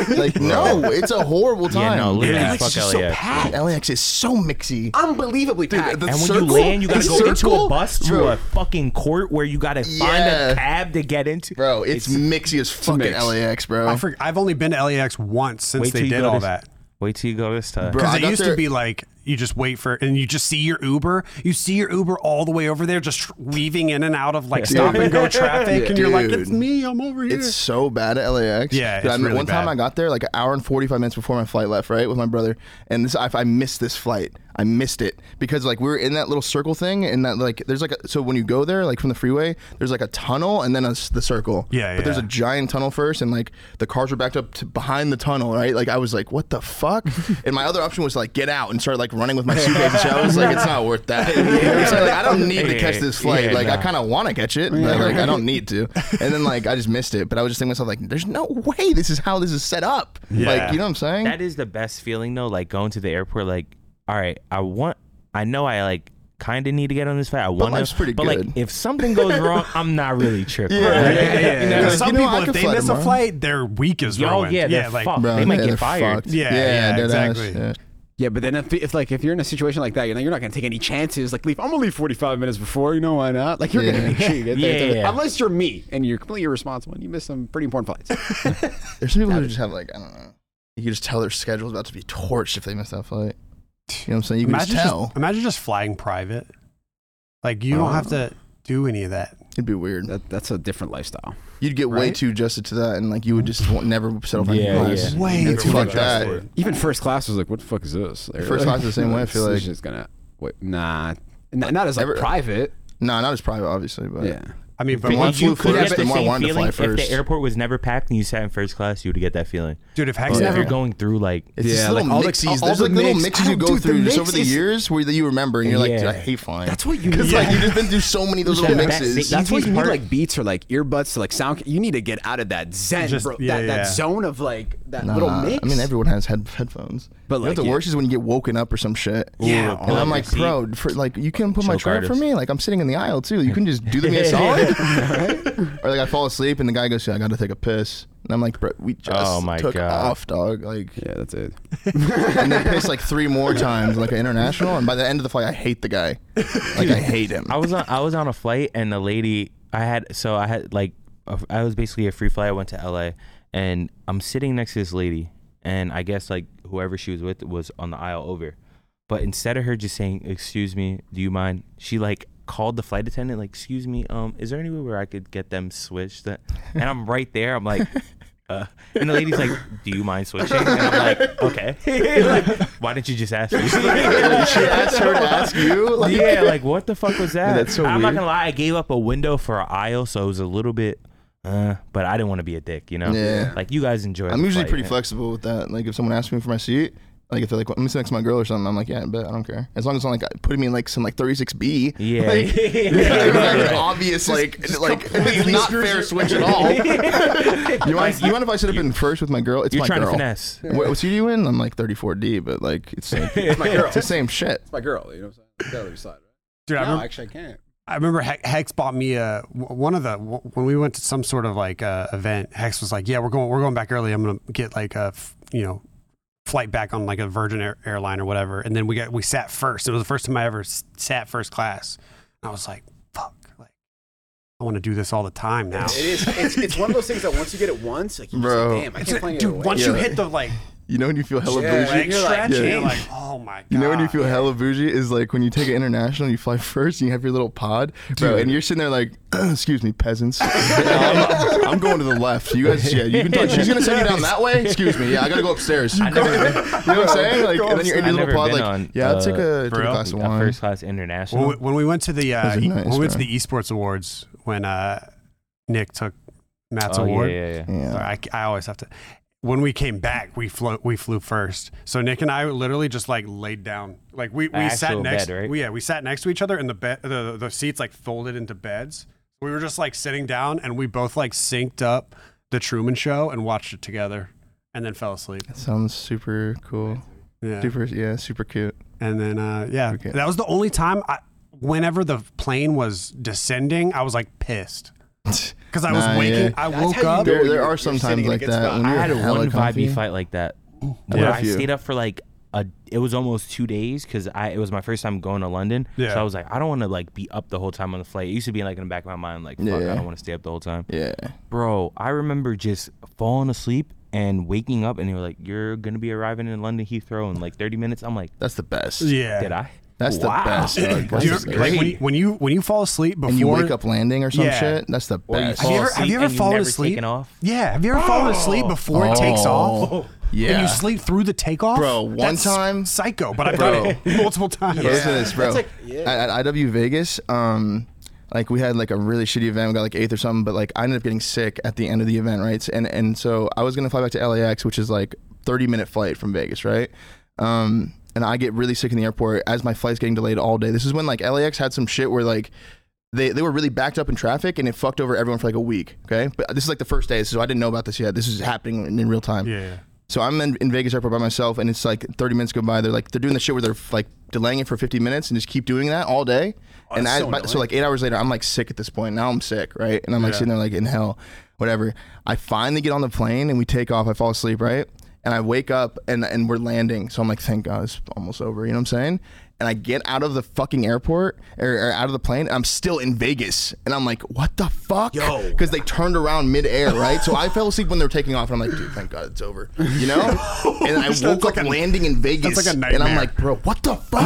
B: like no, it's a horrible
A: Yeah,
B: time.
A: no, literally,
D: LAX
A: fuck
D: is just so
A: LAX.
D: packed.
B: LAX is so mixy.
D: Unbelievably packed.
B: the
A: And when
B: circle-
A: you land, you gotta
B: the
A: go into
B: circle-
A: a bus to
B: Bro.
A: a fucking court where you gotta find
B: Yeah.
A: a cab to get into.
B: Bro, it's, mixy as fucking
D: mix.
B: LAX, bro.
C: I for, I've only been to LAX once since
A: Wait till
C: they
A: you
C: did
A: go
C: all
A: to-
C: that.
A: Wait till you go this time.
B: Bro,
C: Because
B: I
C: it
B: got
C: used
B: there-
C: to be like you just wait for and you just see your Uber, you see your Uber all the way over there, just weaving in and out of like stop
A: (laughs)
C: and go traffic, and you're like,
B: Dude.
C: it's me, I'm over here.
B: It's so bad at LAX.
C: Yeah,
B: Dude, I
C: it's
B: mean,
C: really
B: one time
C: bad.
B: I got there like an hour and forty five minutes before my flight left, right, with my brother, and this I, I missed this flight. I missed it because like we were in that little circle thing, and that like there's like a, so when you go there like from the freeway, there's like a tunnel and then a s the circle.
C: Yeah,
B: But there's
C: yeah.
B: a giant tunnel first, and like the cars were backed up to behind the tunnel, right? Like I was like, what the fuck?
C: (laughs)
B: and my other option was like get out and start like running with my suitcase. and shit. I was like, it's not worth
C: (laughs)
B: that. You know what (laughs) I'm saying? Like, I don't need to catch this flight.
A: Yeah,
B: like I
A: nah.
B: kind of want to catch it, but like I don't need to. And then like I just missed it. But I was just thinking to myself like, there's no way this is how this is set up. Like
C: Yeah.
B: you know what I'm saying?
A: That is the best feeling though, like going to the airport, like, all right, I want I know I like kinda need to get on this flight. I want
B: life's
A: to
B: pretty
A: but
B: good.
A: like if something
B: (laughs)
A: goes wrong, I'm not really tripping.
B: Yeah,
A: right?
C: yeah, yeah,
B: (laughs)
C: yeah.
B: You know,
C: Because
B: like,
C: some
B: you know, I
C: people, if
B: could
C: they
B: fly
C: miss
B: tomorrow.
C: a flight, their week is
A: Yo,
C: ruined.
A: yeah,
C: yeah,
A: they're
C: like
A: fucked. they might
B: yeah,
A: get
B: they're
A: fired.
B: fucked.
C: Yeah, yeah,
B: dead ass,
C: exactly.
B: yeah.
D: Yeah, but then if, if like if you're in a situation like that, you're not, you're not gonna take any chances. Like leave, I'm gonna leave 45 minutes before. You know why not? Like you're
B: Yeah.
D: gonna make
B: (laughs)
D: sure you get there.
A: Yeah, yeah.
D: Unless you're me and you're completely irresponsible and you miss some pretty important
B: (laughs)
D: flights.
B: There's some people who just have like I don't know. You can just tell their schedule's about to be torched if they miss that flight. You know what I'm saying? You can
C: imagine
B: just
C: just,
B: tell.
C: imagine just flying private. Like you don't have
B: Oh.
C: to do any of that.
B: It'd be weird.
D: that, that's a different lifestyle.
B: You'd get way
C: Right?
B: too adjusted to that, and like you would just won't, never settle for
A: Yeah,
B: anything
A: yeah.
B: less.
C: Way
B: It's
C: too
B: fucked
C: adjusted.
B: that.
D: Even first class was like, what the fuck is this? Like,
B: First class is
D: (laughs)
B: the same way, I feel
D: this
B: like.
D: is just gonna wait. Nah, not, not as like
B: Ever-
D: private.
B: No, not as private, obviously, but
D: Yeah.
C: I mean, but
B: But
C: once
B: once you
C: you,
A: Could
B: flew
A: get
B: first,
A: the
B: the more I
A: same
B: wanted to
A: feeling
B: fly
A: if the
B: first.
A: airport was never packed and you sat in first class, you would get that feeling.
C: dude, if Hex
A: But if
C: never
A: you're going through like
B: It's just
D: Yeah,
B: little
D: like all the-
B: mixies.
D: all
B: There's
D: the
B: like little
D: mix-
B: mixies
D: I
B: you
D: don't-
B: go
D: dude, the
B: through just
D: mix
B: over the
D: is-
B: years where that you remember, and you're like,
A: Yeah.
B: dude, I hate flying.
D: That's what you
B: Because
D: need.
B: like you've just been through so many of those
A: Yeah,
B: little
A: that's-
B: mixes.
A: that-
D: That's what
A: easiest
D: you need,
A: part-
D: like beats or like earbuds to like sound. You need to get out of that zen,
C: Just-
D: bro.
C: yeah,
D: that,
C: yeah.
D: that zone of like that
B: Nah,
D: little mix.
B: I mean, everyone has head- headphones.
D: But,
B: But like, oh,
D: like,
B: the
D: yeah.
B: worst is when you get woken up or some shit.
D: Yeah,
B: And
A: Like
B: I'm
A: your
B: like,
A: seat.
B: bro, for, like you can put my
A: Choke
B: chart for
A: artist.
B: me. Like I'm sitting in the aisle too. You can just do
D: (laughs)
B: the me a solid. (laughs) or like I fall asleep and the guy goes, "Yeah, I got to take a piss," and I'm like, bro, we just
A: Oh my
B: took
A: God.
B: off, dog.
D: (laughs)
B: Like,
D: Yeah, that's it.
B: and they pissed like three more times, like an international. And by the end of the flight, I hate the guy. Like I hate him.
A: I was on I was on a flight and the lady I had so I had like a- I was basically a free flight. I went to LA and I'm sitting next to this lady and I guess like whoever she was with was on the aisle over. But instead of her just saying, "Excuse me, do you mind?" She like called the flight attendant like, "Excuse me, um is there any way where I could get them switched?" That and I'm right there. I'm
B: (laughs)
A: like Uh, and the lady's like, "Do you mind switching?" And I'm like,
B: (laughs)
A: "Okay." (laughs) like, why didn't you just ask me?
B: she asked her to ask you. (laughs) Like,
A: yeah, like what the fuck
B: (laughs)
A: was that?
B: That's so
A: I'm
B: weird.
A: not gonna lie, I gave up a window for an aisle, so it was a little bit, uh, but I didn't want to be a dick, you know.
B: Yeah.
A: Like you guys enjoy.
B: I'm
A: the
B: usually
A: flight,
B: pretty
A: man.
B: flexible with that. Like if someone asks me for my seat, like if they're like, "Let me sit next to my girl" or something, I'm like, "Yeah, I bet I don't care." As long as I'm like putting me in like some like 36B.
A: (laughs) Yeah. (laughs)
B: (laughs) Like,
A: Yeah.
B: like, obvious like like it's not fair
A: (laughs)
B: switch at all. (laughs) you mind? You mind if I sit up in first with my girl? It's
A: You're
B: my
A: trying
B: girl.
A: to
B: (laughs)
A: finesse.
B: What, what seat are you in? I'm like 34D,
A: (laughs)
B: but like it's, same, it's
D: my girl.
B: the same shit.
D: It's my girl. You know what I'm saying? It's the other side.
C: dude, I
D: Right? No,
C: remember,
D: actually, I can't.
C: I remember He- Hex bought me a w- one of the w- when we went to some sort of like uh, event. Hex was like, "Yeah, we're going, we're going back early. I'm gonna get like a f- you know flight back on like a Virgin Air- airline or whatever." And then we got we sat first. It was the first time I ever s- sat first class. And I was like, "Fuck!" Like I want to do this all the time now.
E: It is. It's, it's one of those things that once you get it once, like, you're
B: Bro.
E: just like damn, I
C: It's
E: can't
C: like,
E: play it.
C: dude,
E: away.
C: once you
B: Yeah.
C: hit the
B: (laughs)
C: like
B: You know when you feel hella
E: Yeah.
B: bougie?
C: leg
E: you're like,
C: stretch,
B: yeah.
C: you're like, "Oh my god!"
B: You know when you feel hella bougie is like when you take it international, you fly (laughs) first, and you have your little pod, bro, and you're sitting there like, (clears throat) excuse me, peasants. (laughs) No, I'm, I'm going to the left. You guys, yeah, you can talk. She's gonna take you down that way. Excuse me. Yeah, I gotta go upstairs. You,
A: never-
B: know what I'm saying? Like, and then you're in
A: I've
B: your little
A: never
B: pod,
A: been
B: like,
A: on,
B: yeah, I'll take
A: uh,
B: a, take a
C: Bro.
B: glass of
A: a
B: wine.
A: first class international.
C: When we, when we went to the uh,
B: Those are nice,
C: when we went to
B: bro.
C: the esports awards when uh, Nick took Matt's
A: oh yeah,
C: award.
A: yeah, yeah.
B: yeah.
C: Sorry, I, I always have to. When we came back, we flew we flew first. So Nick and I literally just like laid down, like we, we sat
A: actual
C: next.
A: bed, right?
C: we- yeah, we sat next to each other, and the bed the, the seats like folded into beds. We were just like sitting down, and we both like synced up the Truman Show and watched it together, and then fell asleep.
B: That sounds super cool.
C: Yeah.
B: Super, yeah, super cute.
C: And then, uh, yeah,
B: Okay.
C: that was the only time I, whenever the plane was descending, I was
B: (laughs)
C: like pissed because I was
B: Nah,
C: waking,
B: yeah.
C: I
E: That's
C: woke
E: how you
C: up.
E: know
B: There,
E: you're-
B: there are
E: you're
B: some
E: sitting
B: times
E: in a
B: like
E: good
B: that.
E: spot.
B: When
A: I
B: you're
A: had
B: hella
A: one
B: comfy.
A: vibey fight like that.
B: had
A: Where
B: a
A: I
B: few.
A: stayed up for like a, it was almost two days because I it was my first time going to London.
C: Yeah.
A: So I was like, I don't want to like be up the whole time on the flight. It used to be like in the back of my mind, like, fuck,
B: Yeah.
A: I don't want to stay up the whole time.
B: Yeah.
A: Bro, I remember just falling asleep and waking up, and they were like, "You're gonna be arriving in London Heathrow in like 30 minutes." I'm like,
B: That's the best.
C: Yeah,
A: "Did I?"
B: That's the
A: Wow.
B: best. dog. That's
C: (laughs) Do you-
B: the best.
C: like when, when you when you fall asleep before
B: and you wake up landing or some
C: Yeah.
B: shit. That's the
A: Or you
B: best.
A: fall
C: Have
A: asleep
C: you ever, have you ever
A: and you've
C: fallen
A: never
C: asleep?
A: taken off?
C: Yeah. Have you ever fallen asleep before it takes
B: Oh,
C: off? And
B: yeah.
C: you sleep through the takeoff?
B: Bro, one
C: That's
B: time-
C: Psycho, but I've
B: Bro.
C: done it (laughs) multiple times.
B: Listen to this, bro.
E: That's like- yeah.
B: At, at IW Vegas, um, like we had like a really shitty event. We got like eighth or something, but like I ended up getting sick at the end of the event, right? And and so I was gonna fly back to LAX, which is like thirty minute flight from Vegas, right? Um, and I get really sick in the airport as my flight's getting delayed all day. This is when like LAX had some shit where like. They, they were really backed up in traffic and it fucked over everyone for like a week. Okay, but this is like the first day, so I didn't know about this yet. This is happening in, in real time.
C: Yeah.
B: So I'm in, in Vegas airport by myself, and it's like 30 minutes go by. They're like they're doing the shit where they're like delaying it for 50 minutes and just keep doing that all day. and I,
E: so
B: by- so like eight hours later, I'm like sick at this point. Now I'm sick, right? And I'm like sitting there like in hell, whatever. I finally get on the plane and we take off. I fall asleep, right? And I wake up and and we're landing. So I'm like, thank God it's almost over. You know what I'm saying? And I get out of the fucking airport or, or out of the plane. And I'm still in Vegas, and I'm like, what the fuck?
E: Yo.
B: because they turned around midair, right? So I (laughs) fell asleep when they were taking off, and I'm like, dude, thank God it's over, you know? And
C: (laughs)
B: then I
C: Sounds
B: woke
C: like
B: up
C: a-
B: landing in Vegas,
C: like a
B: and I'm
C: nightmare.
B: like, bro, what the
C: (laughs)
B: fuck?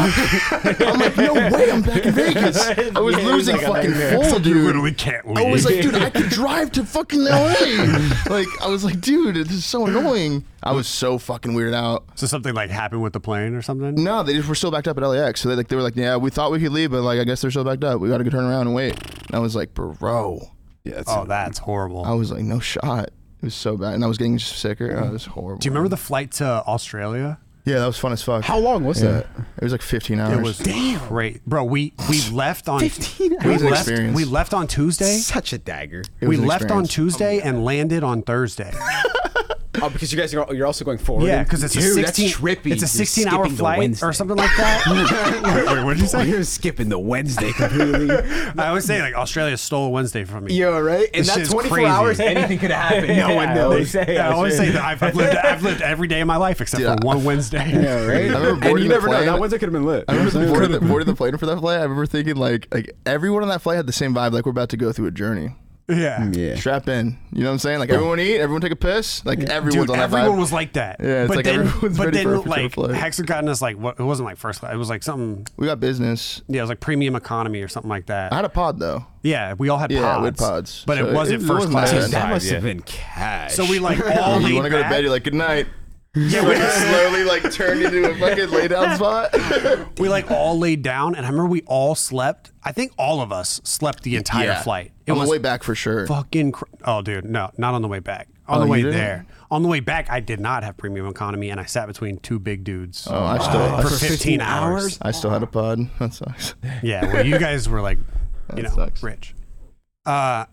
B: I'm like, no way, I'm back in Vegas. I was losing fucking full,
C: You
B: dude.
C: literally can't leave.
B: I was like, dude, I
C: (laughs)
B: could drive to fucking LA. like, I was like, dude, this is so annoying. I was so fucking weirded out.
C: so something like happened with the plane or something?
B: No, they just were still backed up at LAX. So they like they were like, yeah, we thought we could leave, but like I guess they're still backed up. We got to turn around and wait. And I was like, bro,
D: Yeah, it's,
C: Oh, that's horrible.
B: I was like, no shot. It was so bad, and I was getting sicker. Oh, it was horrible.
C: Do you remember the flight to Australia?
B: Yeah, that was fun as fuck.
D: how long was
B: Yeah.
D: that?
B: It was like 15 hours.
C: It was
B: (laughs)
C: damn great, bro. We we left on
E: 15
C: We
B: hours. It was an
C: left,
B: experience.
C: we left on Tuesday.
E: Such a dagger.
B: It
C: we
B: was an
C: left on
B: experience. Oh,
C: Tuesday and landed on
B: (laughs)
C: Thursday.
D: Oh, because you guys are you're also going forward.
C: Yeah, because it's
E: Dude,
C: a
E: that's
C: sixteen.
E: trippy.
C: It's a
E: You're
C: sixteen-hour
E: skipping the
C: flight
E: Wednesday.
D: (laughs)
C: or something like
B: (laughs)
C: that. wait, what did you
D: Oh,
E: So you're skipping
D: (laughs)
E: the Wednesday completely.
C: (laughs) I always say like Australia stole Wednesday from me.
E: Yo, right? In
C: This
E: that
C: shit's
E: 24
C: crazy.
E: hours, anything could happen. No one
A: They
E: knows.
A: say
C: Yeah, I
A: I
C: always
A: should.
C: say that I've, I've lived. I've lived every day of my life except
B: Dude,
C: for
B: I-
C: one Wednesday.
D: Yeah,
B: I
D: right.
B: remember boarding
D: and you
B: the
D: never know.
B: plane.
D: That Wednesday could have been lit.
B: I remember
D: Could've
B: boarding the,
D: been-
B: boarding the plane for that flight. I remember thinking like like everyone on that flight had the same vibe, like we're about to go through a journey.
C: (laughs) Yeah.
D: Yeah.
B: Strap in, you know what I'm saying? Like everyone eat, everyone take a piss. Like everyone's
C: Dude,
B: on that
C: everyone
B: vibe.
C: was like that.
B: Yeah, it's
C: but
B: like
C: then,
B: everyone's
C: but
B: ready
C: then
B: for a particular
C: like
B: flight.
C: Hex had gotten us like what? It wasn't like first class. It was like something.
B: we got business.
C: Yeah, it was like premium economy or something like that.
B: I had a pod though.
C: yeah, we all had
B: Yeah,
C: pods.
B: we had pods.
C: but
B: So
C: it
B: it-
C: wasn't
B: it
C: first
B: wasn't that
C: class.
B: bad.
E: That must
A: yeah.
E: have been cash.
C: So we like
B: (laughs)
C: all
B: you
C: laid
B: want to go to
C: back.
B: bed? You're like, good night.
C: Yeah,
B: But
C: we,
B: it slowly like turned into a fucking lay down spot.
C: we like all laid down, and I remember we all slept. I think all of us slept the entire flight. It
B: on
C: was
B: the way back for sure.
C: fucking. Cr- oh, dude, no, not on the way back. On
B: Oh,
C: the
B: you
C: way
B: didn't?
C: there. On the way back, I did not have premium economy, and I sat between two big dudes
B: Oh, I still I
C: for
B: still-
C: 15, hours.
B: I still had a pod. (laughs) That sucks.
C: Yeah, well, you guys were
B: (laughs)
C: like, you know,
B: sucks.
C: rich. Uh,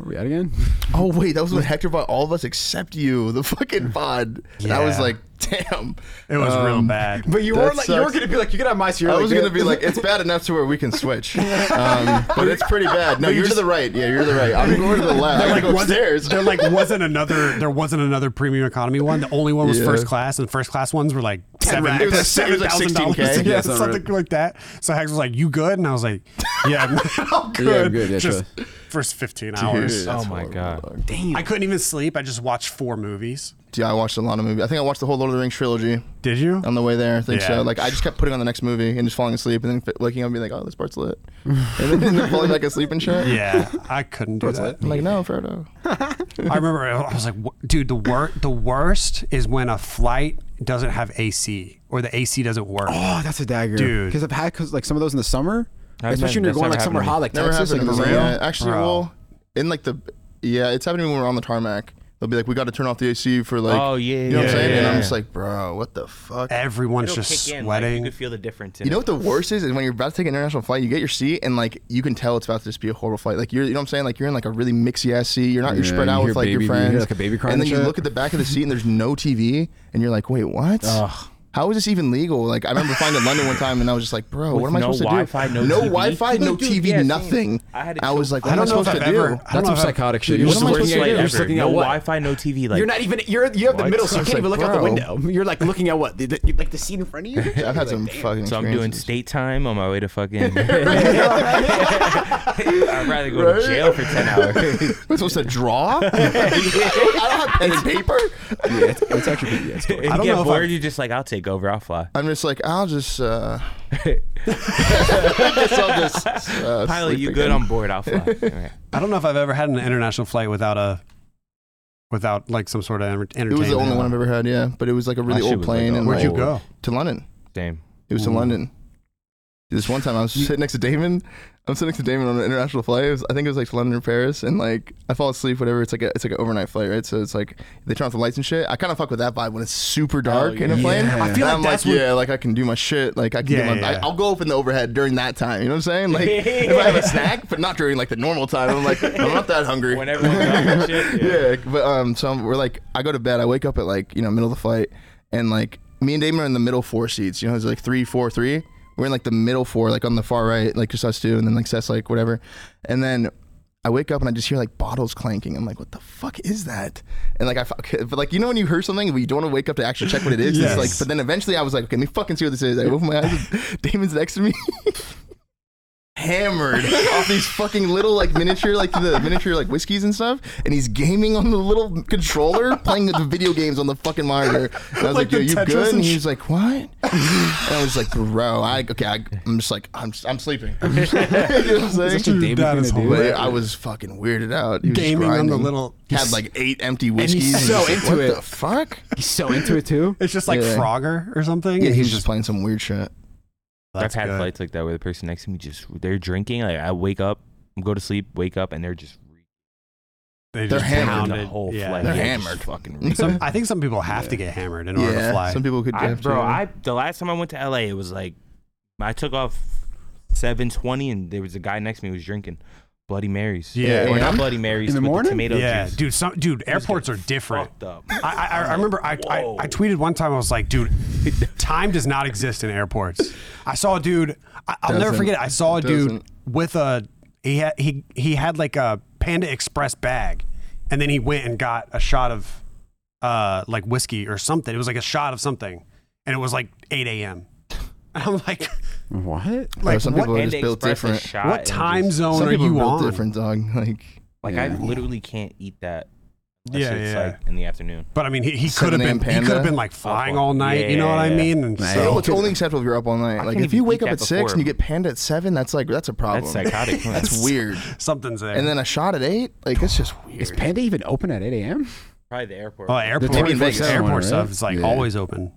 D: Were we out again?
B: Oh wait, that was when Hector bought all of us except you the fucking pod. And I was
C: Yeah.
B: like, Damn.
C: It was real
B: Um,
C: bad.
D: But you
B: That
D: were like, you were
B: sucks.
D: gonna be like, you could have my cereal.
B: I was
D: like,
B: gonna be like, it's bad enough to where we can switch, um, but it's pretty bad. No, you're to the right. Yeah, you're to the right. I'm going to the left. I'm
C: They're
B: gonna
C: like, Oh
B: go
C: was, (laughs)
B: upstairs.
C: there like wasn't another there wasn't another premium economy one. The only one was
B: Yeah.
C: first class, and first class ones were like seven
B: racks. It was like- it
C: seven
B: was like
C: thousand dollars.
B: 16K.
C: (laughs) Yeah,
D: Yeah, something
C: something like that. So Hex was like, "You good?" And I was like, "Yeah, I'm, (laughs) I'm good."
D: good, yeah,
C: Just first fifteen
B: Dude,
C: hours.
B: that's
A: Oh my
B: horrible,
A: God.
B: dog.
C: I couldn't even sleep. I just watched four movies.
B: Yeah, I watched a lot of movies. I think I watched the whole Lord of the Rings trilogy
C: Did you?
B: (laughs) on the way there. I think
C: Yeah.
B: so. Like I just kept putting on the next movie and just falling asleep, and then fi- waking up and being like, oh, this part's lit, and then falling back asleep and shit.
C: yeah, I couldn't do that.
B: I'm like, no, Frodo.
C: I remember I was like, "Wh- dude, the worst the worst is when a flight doesn't have AC or the AC doesn't work.
D: Oh, that's a dagger,
C: Dude.
D: Because I've had cause, like some of those in the summer,
A: I've
D: especially
A: never-
D: when you're
A: that's
D: going
A: never happened to
D: like somewhere
A: me.
D: hot, like
B: Never
D: Texas, like
B: happened to me.
D: Missouri.
B: Yeah, actually,
C: Bro.
B: well, in like the yeah, it's happening when we're on the tarmac. They'll be like, we got to turn off the AC for like,
A: Oh, yeah,
B: you know
A: yeah,
B: what I'm saying? And
A: yeah.
B: I'm just like, bro, what the fuck?
C: Everyone's
A: It'll
C: just
A: kick in, Like, you
C: sweating.
A: can feel the difference. In
B: You know
A: it.
B: what the worst is? Is when you're about to take an international flight, you get your seat, and like you can tell it's about to just be a horrible flight. Like you're, you know what I'm saying? Like you're in like a really mixy ass seat. You're not, you're
D: Yeah,
B: spread
D: you
B: out
D: hear
B: with like
D: baby- you
B: your
D: hear,
B: friends.
D: like, a baby crying
B: and then
D: and
B: you
D: shit.
B: look at the back of the seat, and there's no TV, and you're like, wait, what?
A: Ugh.
B: How is this even legal? Like I remember flying in London one time, and I was just like, bro,
A: With
B: what am I
A: no
B: supposed
A: Wi-Fi,
B: to
A: no
B: do?
A: TV?
B: Wi-Fi, no
A: Dude,
B: TV,
A: yeah, same.
B: nothing.
A: I had to
B: I was
A: choke-
B: like, what am
C: I
B: I
C: don't know if
B: supposed
C: I've
B: to do?
C: ever. I don't
D: That's
C: know
D: some
C: if I've-
D: psychotic shit.
A: It
D: You're
A: was
D: just
A: the
B: what am I
D: looking
A: worst
D: at
A: flight
B: supposed to
D: you're
A: ever.
D: just looking
A: no
D: at what?
A: Wi-Fi, no TV. Like
D: You're not even. You're you have the
A: What?
D: middle, so you
B: I was
D: can't even
B: like,
D: look out the
B: bro.
D: window. You're like looking at what? The, the, like the scene in front of you.
B: Yeah, I've had some fucking.
A: So I'm doing
B: experiences.
A: state time on my way to fucking. (laughs) I'd rather go
B: (laughs)
A: to jail for ten hours.
B: Am I supposed to draw? I don't have pen and paper.
D: Yeah, it's, it's actually pretty. Yeah, it's
A: if (laughs) you
C: don't know
A: get
C: if
A: bored,
C: I'm-
A: you're just like, I'll take over. I'll fly.
B: I'm just like, I'll just. Uh, (laughs) I guess I'll just. Uh,
A: Pilot,
B: sleep
A: you
B: again.
A: good? I'm bored. I'll fly. All right.
C: I don't know if I've ever had an international flight without a without like some sort of enter-
B: It
C: entertainment.
B: was the only one I've ever had, yeah. But it was like a really
A: shit
B: old
A: was, like,
B: plane. and
A: old.
C: Where'd you
B: like,
C: go?
B: To London.
A: Damn.
B: It was to London. This one time I was sitting next to Damon. I'm sitting next to Damon on an international flight. It was, I think it was like to London or Paris, and like I fall asleep. Whatever. It's like a, it's like an overnight flight, right? So it's like they turn off the lights and shit. I kind of fuck with that vibe when it's super dark in a plane.
D: yeah. I feel
B: And
D: like
B: I'm
D: that's
B: like,
D: when-
B: yeah, like I can do my shit. Like I can
C: Yeah,
B: get my.
C: yeah.
B: I, I'll go up in the overhead during that time. You know what I'm saying? Like (laughs) if I have a snack, but not during like the normal time. I'm like I'm not that hungry.
A: When everyone's off and
B: (laughs)
A: shit. Yeah.
B: Yeah, but um, so I'm, we're like, I go to bed. I wake up at like you know middle of the flight, and like me and Damon are in the middle four seats. You know, it's like three, four, three. We're in like the middle four, like on the far right, like just us two, and then like Seth's like whatever, and then. I wake up and I just hear like bottles clanking. I'm like, what the fuck is that? And like I, fu- (laughs) okay, but like you know when you hear something but you don't want to wake up to actually check what it is. It's like,
C: Yes.
B: but then eventually I was like, okay, let me fucking see what this is. I open my eyes, (laughs) and Damon's next to me. hammered off these fucking little like miniature like the miniature like whiskeys and stuff and he's gaming on the little controller playing the video games on the fucking monitor and I was
C: Like
B: like,
C: the
B: yo you
C: Tetris
B: good
C: and
B: and
C: sh-
B: he was like what and I was like bro I okay I, I'm just like I'm, I'm sleeping (laughs) You know what I'm saying?
D: Such a Damon
C: That
D: thing
C: is
D: to do.
B: But
C: hilarious.
B: I was fucking weirded out He was just
C: Gaming on the
B: grinding.
C: little-
B: had like eight empty
D: he's
B: whiskeys
D: so
B: just like,
D: into
B: what
D: it.
B: the fuck
D: He's so into it too.
C: It's just like
B: Yeah.
C: Frogger or something.
B: yeah
C: and
B: he was just playing some weird shit
A: I've
C: That's
A: had
C: good.
A: flights like that where the person next to me just they're drinking. Like I wake up, go to sleep, wake up, and they're just
C: They
B: They're
C: just
B: hammered.
A: pounding the
C: pounded.
A: whole
C: Yeah.
A: flight.
B: They're
A: Yeah, just
B: hammered.
A: Fucking.
C: (laughs) Some, I think some people have to get hammered in order to fly.
B: some people could
A: I,
B: have to,
A: bro,
B: yeah.
A: I the last time I went to LA, it was like I took off seven twenty, and there was a guy next to me who was drinking Bloody Marys.
C: Yeah.
A: or not
B: Yeah.
A: Bloody Marys
D: In the
A: with
D: morning?
A: tomato
C: yeah,
A: juice.
C: dude. Some dude. Airports are different.
A: Fucked up.
C: I, I, I remember I, I,
A: Whoa.
C: I tweeted one time I was like, dude, time does not exist in airports. I saw a dude. I, I'll never
B: Doesn't.
C: forget. It. I saw a dude
B: Doesn't.
C: with a he had he he had like a Panda Express bag, and then he went and got a shot of uh like whiskey or something. It was like a shot of something, and it was like 8 a.m. And (laughs) I'm like,
D: What?
B: Bro,
C: (laughs) like
B: some
C: what,
B: people are
A: And
B: just
A: they
B: built
A: express a
B: different
A: shot
C: what
A: and
C: time
A: just-
C: zone
B: some
C: are
B: people
C: you
B: are built
C: on?
B: different dog like
A: Like I literally can't eat that. unless
C: Yeah,
A: it's
C: yeah.
A: like in the afternoon.
C: But I mean, he, he could
B: 7
C: have
B: a.m.
C: been he could have
B: Panda?
C: been like flying
A: fuck.
C: all night. you know what I
A: Yeah.
C: mean? And
D: Nice.
B: Oh,
C: so,
B: it's only acceptable if you're up all night. Like
A: can't
B: if you
A: even
B: wake
A: eat
B: up
A: that
B: at six
A: before.
B: and you get panned at seven, that's like that's a problem.
A: That's
C: (laughs)
A: psychotic.
B: (laughs) That's weird.
C: something's there.
B: And then a shot at eight, like that's just
D: Is
B: weird.
D: Panda even open at 8 a.m.?
A: Probably the airport.
C: Oh,
A: one.
C: airport,
B: Maybe in
C: airport,
B: Vegas.
C: airport
D: Right?
C: stuff is like
D: Yeah.
C: always open.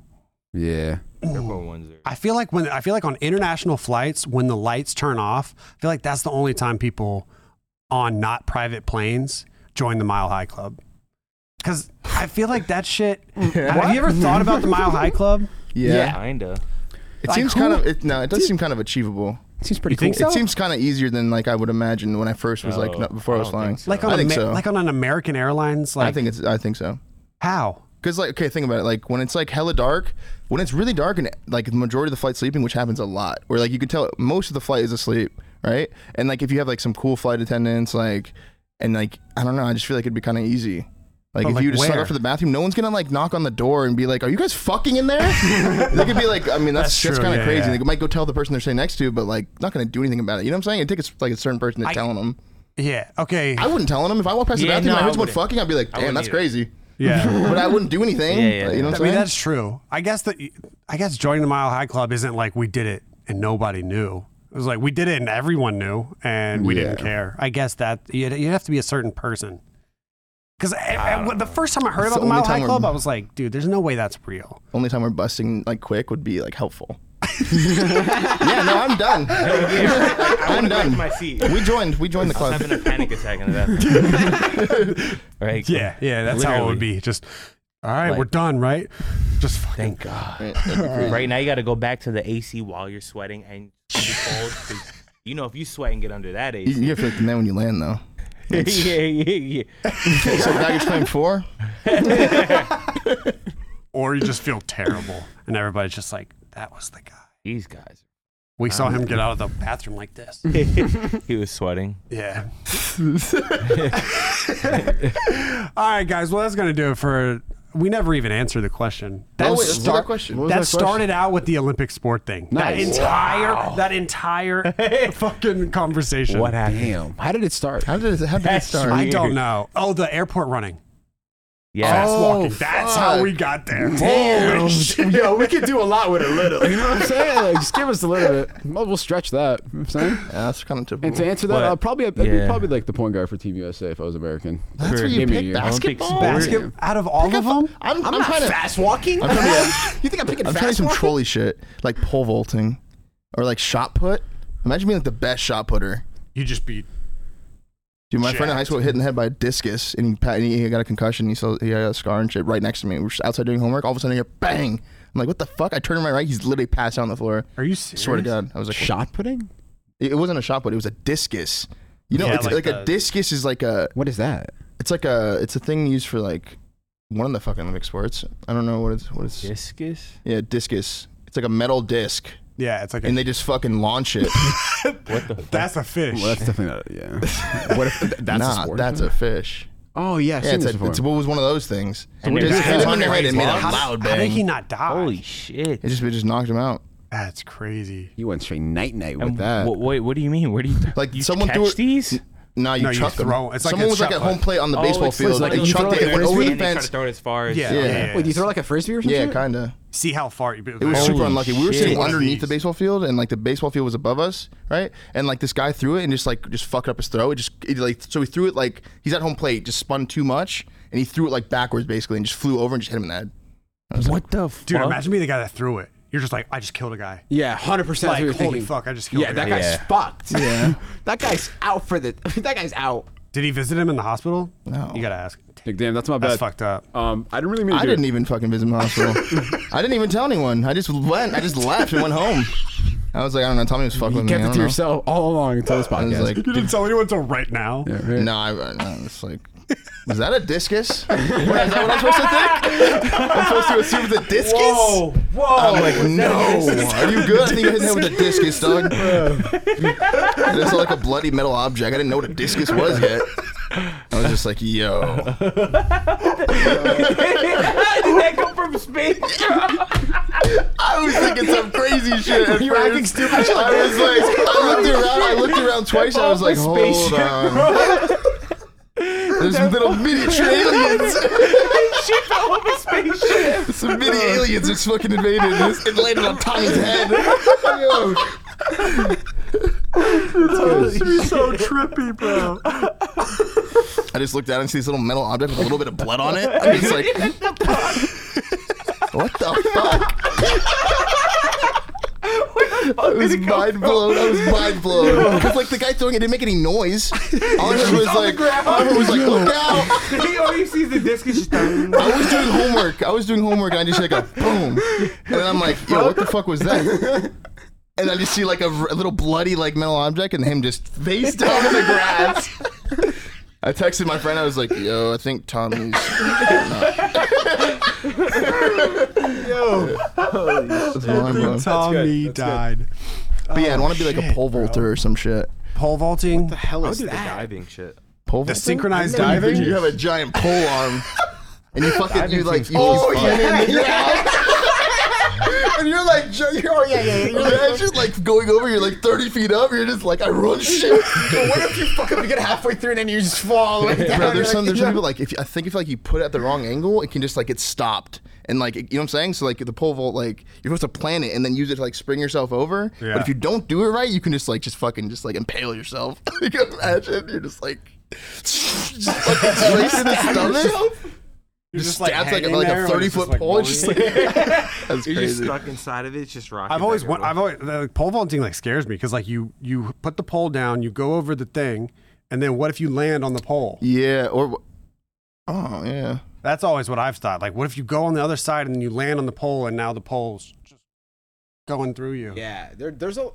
D: Yeah.
A: airport ones. Are,
C: I feel like when I feel like on international flights, when the lights turn off, I feel like that's the only time people on not private planes join the Mile High Club. Because I feel like
B: (laughs)
C: that shit. Have you ever thought about the Mile High Club?
B: Yeah,
D: Yeah.
A: kinda.
B: it
D: Like,
B: seems
D: who-
B: kind of it, no, it does seem kind of achievable.
D: It seems pretty
C: You
D: cool.
C: think so?
B: It seems kind of easier than like I would imagine when I first was like
A: No,
B: not, before
A: I
B: I was
A: don't
B: flying.
A: think so.
C: Like
B: I
C: on
B: think
C: Amer-
B: so.
C: like on an American Airlines, like
B: I think it's I think so.
C: how?
B: Because like, okay, think about it. Like when it's like hella dark, when it's really dark and like the majority of the flight sleeping, which happens a lot, where like you can tell most of the flight is asleep, right? And like if you have like some cool flight attendants, like and like I don't know, I just feel like it'd be kind of easy. Like
C: But,
B: if
C: like,
B: you just set
C: where?
B: up to the bathroom, no one's gonna like knock on the door and be like, "Are you guys fucking in
C: (laughs)
B: there?" they could be like, "I mean, that's
C: That's
B: that's,
C: true,
B: kind of
C: yeah,
B: crazy."
C: yeah.
B: They might go tell the person they're sitting next to, but like not gonna do anything about it. You know what I'm saying? It takes like a certain person to tell them.
C: Yeah. Okay.
B: I wouldn't tell them if I walk past the
A: Yeah,
B: bathroom
A: no,
B: and I
A: I
B: heard someone
A: wouldn't.
B: fucking. I'd be like, "Damn,
A: wouldn't
B: that's
A: either.
B: crazy."
C: yeah.
B: but I wouldn't do anything.
A: Yeah, yeah,
B: Like, you know what
C: I
B: I'm
C: mean,
B: saying?
C: that's true. I guess that I guess joining the Mile High Club isn't like we did it and nobody knew. It was like we did it and everyone knew and we didn't
B: Yeah.
C: care. I guess that you'd, you'd have to be a certain person. Because the first time I heard
B: That's Ah.
C: about
B: the
C: the Mile
B: only
C: High
B: time
C: Club,
B: we're-
C: I was like, dude, there's no way that's real.
B: Only time we're busting like quick would be like (laughs) helpful. yeah, no, I'm done. I'm done.
A: seat.
B: We joined. We joined the
A: I was
B: club.
A: having a panic attack in the bathroom.
B: (laughs)
A: right?
C: Yeah, yeah, that's how it would be. Just all right,
A: Like-
C: we're done, right? Just fucking
A: Thank God.
B: Right, that'd be crazy.
A: Right now, you got to go back to the AC while you're sweating and be cold. 'cause You know, if you sweat and get under that
B: You, (laughs)
A: AC.
B: you have to like, know when you land (laughs) though.
A: yeah, yeah, yeah.
B: So baggage (laughs) claim four.
C: or you just feel terrible, and everybody's just like, that was the guy.
A: These
B: (laughs)
A: guys.
C: We saw him get out of the bathroom like this.
A: He was sweating.
C: Yeah. All right, guys. Well, that's gonna do it for. We never even answered the question. That
B: Oh wait, that's
C: start-
B: another question.
D: What was
C: that
D: that question?
C: started out with the Olympic sport thing. That
D: Nice.
C: entire that entire fucking conversation.
A: What happened?
D: Damn. How did it start?
B: How did it, how did it
A: That's
B: start? (laughs)
C: I don't know. Oh, the airport running.
A: Yeah.
B: Oh.
C: Fast walking. That's how
B: fuck.
C: we got there.
D: Damn. Yo, we could do a lot with a little. You know what I'm saying? Like, just give us a little bit. We'll we'll stretch that. You know what I'm saying?
B: Yeah, that's kind of typical.
D: And to answer that,
A: But-
D: I'll probably I'd be
A: yeah.
D: probably like the point guard for Team USA if I was American.
B: that's where you
D: Give me
B: pick
D: your
B: basketball.
A: Olympic
C: Basket out of all of them.
B: I'm, I'm,
E: not
B: trying to.
E: fast walking.
B: I'm trying to.
E: you think I'm picking
B: I'm trying
E: fast
B: some
E: walking?
B: trolley shit like pole vaulting, or like shot put. Imagine being like the best shot putter.
C: You just beat.
B: Dude, my friend in high
C: Jacked.
B: school hit in the head by a discus, and he, pat- and he got a concussion. He saw he got a scar and shit right next to me. We're just outside doing homework. All of a sudden, I hear bang. I'm like, what the fuck? I turn to my right. He's literally passed out on the floor.
C: Are you serious?
B: Swear to God, I was like,
D: Shot putting?
B: it it wasn't a shot put. It was a discus. You know,
C: Yeah,
B: it's
C: like
B: like,
C: the-
B: a discus is like a
D: What is that?
B: it's like a it's a thing used for like one of the fucking Olympic sports. I don't know what it's what it's
A: Discus?
B: yeah discus. It's like a metal disc,
C: Yeah, it's like a,
B: and they just fucking launch it.
A: What the fuck?
C: that's a fish.
D: Well, that's definitely not, yeah. What if (laughs) that's
B: nah,
D: a sport?
B: that's a fish.
D: oh yeah, I've
B: Yeah,
D: seen
B: it's,
D: this
B: a,
D: before.
B: it's what was one of those things.
A: And
B: We
A: they're
B: just
A: just
B: hit him
A: on
B: on the
A: their
B: head and made a
A: headphones?
B: loud
C: How did
B: bang.
C: he not die?
A: Holy shit.
B: It just it just knocked him out.
C: That's crazy.
D: you went straight night night
A: And
D: with that.
A: wh- wait, what do you mean? Where do you
B: Like,
A: you
B: someone
A: catch
B: threw it-
A: these?
B: Nah, you
C: No, you
B: chucked him.
C: throw- it's like
B: Someone
C: a
B: was like
C: shot
B: at
C: put.
B: home plate on the baseball
A: Oh, it's like-
B: field.
A: it's
B: Like,
A: like
B: you chucked it, it went over the
A: And they try to
B: fence.
A: throw it as far as
C: Yeah.
B: Yeah.
D: Wait, do you throw like a frisbee or something?
B: Yeah, kinda.
C: See how far you.
B: It was super
A: Holy
B: unlucky. We were
A: shit.
B: sitting
A: One of
B: underneath
C: these.
B: the baseball field, and like the baseball field was above us, right? And like this guy threw it and just like just fucked up his throw. It just it, like so he threw it like he's at home plate, just spun too much, and he threw it like backwards basically, and just flew over and just hit him in the head.
A: What the fuck?
C: Dude, imagine being the guy that threw it. You're just like, I just killed a guy.
E: Yeah, hundred percent.
C: Like,
E: what you're
C: holy
E: thinking.
C: fuck, I just killed
E: Yeah,
C: a
E: that
C: guy.
E: guy's
A: Yeah.
D: (laughs)
E: fucked. Yeah, that guy's out for the. That guy's out.
C: Did he visit him in the hospital?
B: No.
C: You gotta ask.
D: Like, damn, that's my bad.
C: That's fucked up.
D: Um, I didn't really mean to
B: I
D: do
B: didn't
D: it.
B: even fucking visit the hospital.
D: (laughs)
B: I didn't even tell anyone. I just went. I just left and went home. I was like, I don't know. Tommy was fucking
D: You
B: with
D: kept
B: me. I
D: it
B: don't
D: to
B: know.
D: yourself all along until this
B: I
D: podcast.
B: was like,
C: You didn't tell anyone until right now.
D: Yeah, right.
B: no, I, I was like, was that a discus? (laughs) What, is that what I'm supposed to think? I'm supposed to assume it's a discus?
C: whoa.
B: I'm like, no. Are you good? I think you hit him with a discus, dog. It's like a bloody metal object. I didn't know what a discus was yet. I was just like, yo.
A: How did that come from space?
B: I was thinking some crazy shit. At
D: You were
B: first.
D: acting stupid.
B: I was like, I looked around. I looked around twice. I was like,
A: Off a
B: hold
A: spaceship,
B: on. There's little miniature
A: (laughs)
B: aliens.
A: Shit fell off a spaceship.
B: Some mini aliens just fucking invaded this and landed on Tommy's head. Yo. (laughs)
C: so trippy, bro.
B: uh, I just looked down and see this little metal object with a little bit of blood on it. I'm
A: (laughs)
B: just like, (laughs) what the fuck? I was mind blown. I was
A: (laughs)
B: mind blown. Because like the guy throwing it didn't make any noise. All I heard was like, all I heard was like,
A: (laughs)
B: look out!
A: All you see is the disc is just
B: I was doing homework. I was doing homework and I just hear like a boom. And then I'm like, yo, what the fuck
A: (laughs)
B: was that? And I just see like a, r- a little bloody like metal object and him just face down in the grass. I texted my friend. I was like, "Yo, I think Tommy's."
A: (laughs)
B: Yo,
C: Tommy died.
B: but yeah, I'd want to be like a
C: shit,
B: pole vaulter or some shit.
C: Pole vaulting, the,
D: hell
A: I'll
D: is
A: do the
D: that?
A: diving shit.
B: Pole vaulting.
C: synchronized
B: When you-
C: diving.
B: You have a giant (laughs) pole arm, and you fucking you
A: Diving
B: like
A: seems
B: you.
A: Oh,
B: you- (laughs) And you're like, ju- you're, oh yeah, yeah, yeah. Imagine like "Oh." going over, you're like 30 feet up, you're just like, I (laughs) run shit.
E: But what if you fuck up, you get halfway through, and then you just fall? Like, down,
B: Bro,
E: you're
B: there's
E: like,
B: some, there's some people like, if you- I think if like you put it at the wrong angle, it can just like get stopped. And like, you know what I'm saying? So like the pole vault, like you're supposed to plan it and then use it to like spring yourself over.
C: Yeah.
B: But if you don't do it right, you can just like, just fucking just like impale yourself. (laughs) you can imagine, you're just like, just
C: (laughs)
B: fucking sliced in the stomach.
C: You're
B: Just
C: like,
B: stabs like, a-
C: hanging
B: like
C: there
B: a
C: when
B: 30
C: it's
B: foot
C: just, like,
B: pole. It's just
C: rolling.
B: like, (laughs) that's
A: You're just
B: crazy.
A: stuck inside of it, just rocking.
C: (laughs) I've always,
A: back
C: wa-
A: and
C: I've always, the pole vaulting like scares me because like you, you put the pole down, you go over the thing, and then what if you land on the pole?
B: Yeah. Or, oh, yeah.
C: That's always what I've thought. Like, what if you go on the other side and then you land on the pole, and now the pole's just going through you?
D: Yeah, there, there's a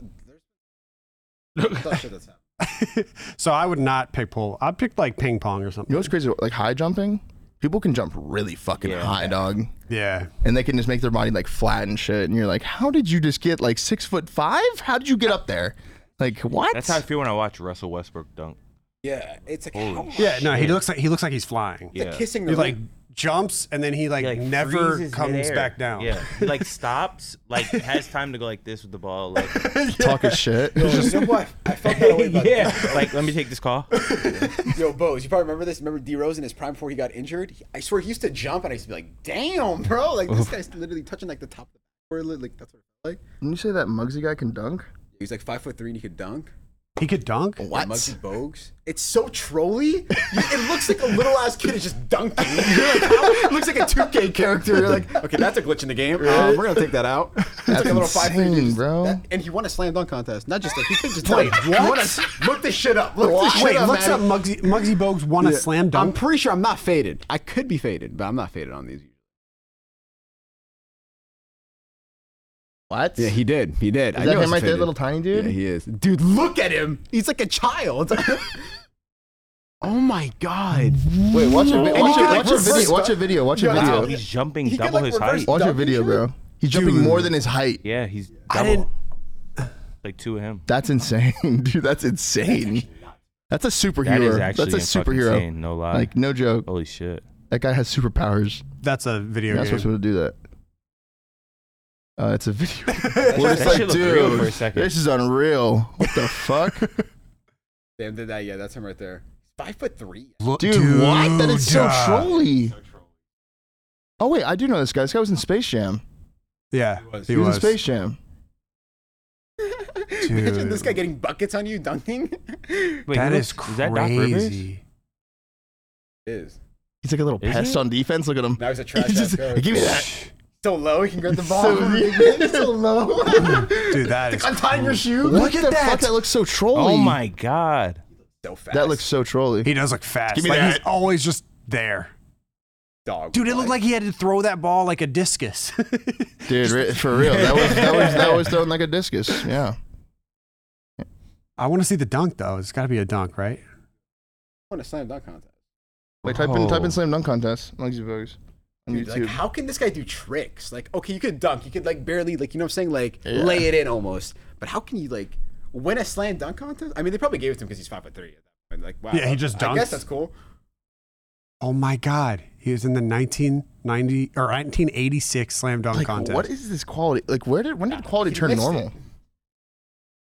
D: there's stuff shit that's happening.
C: so I would not pick pole. I picked like ping pong or
B: You know
C: something.
B: what's crazy? Like high jumping, people can jump really fucking
A: Yeah.
B: high, dog,
C: Yeah.
B: and they can just make their body like flat and shit. And you're like, how did you just get like six foot five? How did you get up there? Like what?
A: That's how
B: (laughs)
A: I feel when I watch Russell Westbrook dunk.
D: Yeah, (laughs) it's like
A: Holy
D: how,
A: shit.
C: Yeah. No, he looks like he looks like he's flying.
A: Yeah.
D: the kissing
C: He
D: the
C: like jumps and then he like,
A: He, like,
C: never
A: freezes
C: comes
A: midair.
C: back down.
A: Yeah, he
C: (laughs)
A: like stops, like has time to go like this with the ball. Like,
B: Talk of (laughs) shit.
D: you know what? I felt that
A: (laughs)
D: way about
A: yeah, like let me take this call.
D: (laughs) Yo, Bose, you probably remember this. Remember D Rose in his prime before he got injured? He- I swear he used to jump, and I used to be like, "Damn, bro! Like this guy's literally touching like the top of the or, like that's what it felt like."
B: Didn't you say that Muggsy guy can dunk?
D: He was like five foot three and he could dunk.
C: He could dunk.
B: What?
D: Yeah, Muggsy Bogues. It's so trolly. You- it looks like a little ass kid is just dunking. (laughs) You're like, how- it looks like a 2K character. You're like, okay, that's a glitch in the game. Um, we're gonna take that out. It's
B: (laughs)
D: like
B: That's
D: a little five three
B: insane,
D: dude.
B: bro.
D: That- and he won a slam dunk contest. Not just like he could just tell you. he won a- Look this shit up. Look this shit
C: Wait,
D: up.
C: looks
D: Maddie.
C: up Muggsy Muggsy Bogues won a
D: Yeah.
C: slam
D: I'm
C: dunk.
D: pretty sure I'm not faded. I could be faded, but I'm not faded on these.
B: What?
D: Yeah, he did. He did.
B: is that him right there, little tiny dude?
D: Yeah, he is. Dude, look at him. He's like a child. oh my god.
B: Wait, watch a, vi-
D: And he
B: watch, a,
D: can, like,
B: watch a
D: reverse
B: video.
D: dunk.
B: Watch a video. Watch a
D: Yeah,
A: Wow,
D: Dude.
B: video.
A: he's jumping
D: He could,
A: double
D: like,
A: his height.
D: reverse-
B: Watch a
D: dunk
B: video,
D: and
B: bro. He's jumping
C: Dude.
B: more than his height.
A: Yeah, he's double.
C: didn't-
A: Like two of him.
B: That's insane, (laughs) dude. That's insane. That's a superhero.
A: That is actually
B: That's a
A: fucking
B: superhero.
A: insane. No lie.
B: Like no joke.
A: Holy
B: (laughs)
A: shit.
B: That guy has superpowers.
C: That's a video
B: You're not
C: game.
B: supposed to do that. Uh, it's a (laughs) video.
A: That
B: We're just
A: shit
B: like,
A: looked real
B: dude,
A: for a second.
B: this is unreal. What the (laughs) fuck,
D: Damn, did that? Yeah, that's him right there. Five foot three.
C: Look-
B: dude? what? That is so
C: dude. uh,
B: trolly. Oh wait, I do know this guy. This guy was in Space Jam.
C: Yeah,
D: was.
C: he
B: He was,
C: was.
B: in Space Jam.
D: Imagine this
C: Dude.
D: guy getting buckets on you dunking. it
A: Wait,
C: That
A: he
C: is
A: looks- that Doc Rivers?
C: crazy.
D: is.
B: He's like a little
A: Is
B: pest
A: he?
B: on defense. Look at
D: (laughs)
B: him.
D: Now he's a trash
B: He's
D: ass
B: just-
D: coach.
B: give me that.
D: So low, he can grab the
B: (laughs)
D: ball.
B: So-
D: He's
B: (laughs)
D: so low.
C: Dude, that is
D: Untying your
C: cool.
D: shoe.
B: Look
D: Look
B: at
D: at
B: the
D: that.
B: Fuck, that looks so trolly.
A: Oh my god.
D: (laughs) So fast.
B: That looks so trolly.
C: He does look fast.
B: Give me
C: like he's
B: that.
C: always just there.
D: dog.
C: Dude, it looked like he had to throw that ball like a discus. (laughs)
B: Dude, (laughs) re- for real, that was that was that (laughs) was thrown like a discus. Yeah.
C: I want to see the dunk though. It's got to be a dunk, right?
D: won a slam dunk contest.
B: Wait, type in type
A: Oh.
B: in slam dunk contest. Mugsy Bogues on
D: Dude,
B: YouTube.
D: like, how can this guy do tricks? Like, okay, you could dunk, you could like barely, like, you know what I'm saying, like lay it in almost. But how can you like win a slam dunk contest? I mean, they probably gave it to him because he's five foot three. at that point. Like, wow.
C: Yeah, he just
D: I guess
C: dunks.
D: that's cool.
C: Oh my God, he was in the 1990 or 1986 slam dunk
B: Like,
C: contest.
B: what is this quality? Like, where did when did quality
D: he
B: turn
D: missed
B: normal?
D: it.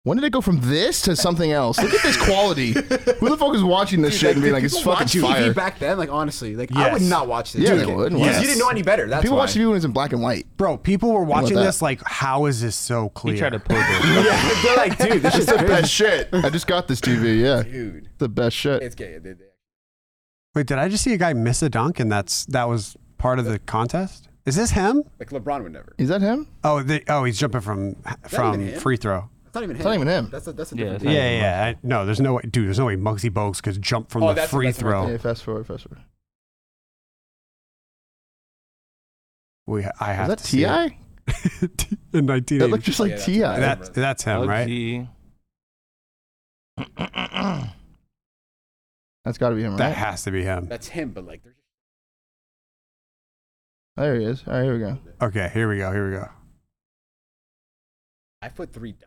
B: When did it go from this to something else? Look at this
C: (laughs)
B: quality. Who the fuck is watching this shit and being like, it's
D: people
B: fucking
D: watch
B: fire?
D: TV back then, like honestly, like I
C: Yes.
D: would not watch this.
B: Yeah,
D: Dude,
B: they would.
D: Because
B: Yes.
D: you didn't know any better. That's
B: People
D: why.
B: watch TV when it's in black and white.
C: Bro, people were watching
B: that?
C: this like, how is this so clear?
A: He tried to pull
C: (laughs)
A: this.
D: yeah, they're (laughs) like, dude,
B: (laughs)
D: this
B: It's
D: is
B: the
D: crazy.
B: best shit. I just got this TV. Yeah,
D: Dude,
B: the best shit.
D: it's gay. They- they-
C: Wait, did I just see a guy miss a dunk and that's that was part of the contest? Is this him?
D: Like LeBron would never.
B: Is that him?
C: Oh, the, oh, he's jumping from from
D: even him.
C: free throw.
D: That's not even him.
B: not even him.
D: That's a that's a
A: Yeah,
D: different.
A: it's not
C: Yeah,
A: even
C: yeah. yeah. I, no, there's no way, dude. There's no way Muggsy Bogues could jump from
D: Oh,
C: the
D: that's-
C: free
D: that's what I
C: throw.
B: Yeah, fast forward, fast forward.
C: We, I
B: Is
C: have
B: that
C: to see
B: Ti?
C: it. in
B: That
C: 1980.
B: looked just like
D: Yeah, that's
B: Ti.
D: right.
C: That, that's him, right?
A: OG.
B: That's got to be him,
C: That
B: right?
C: has to be him.
E: That's him, but like, there's
B: There he is. All right, here we go.
C: Okay, here we go. Here we go.
E: five foot three dunk.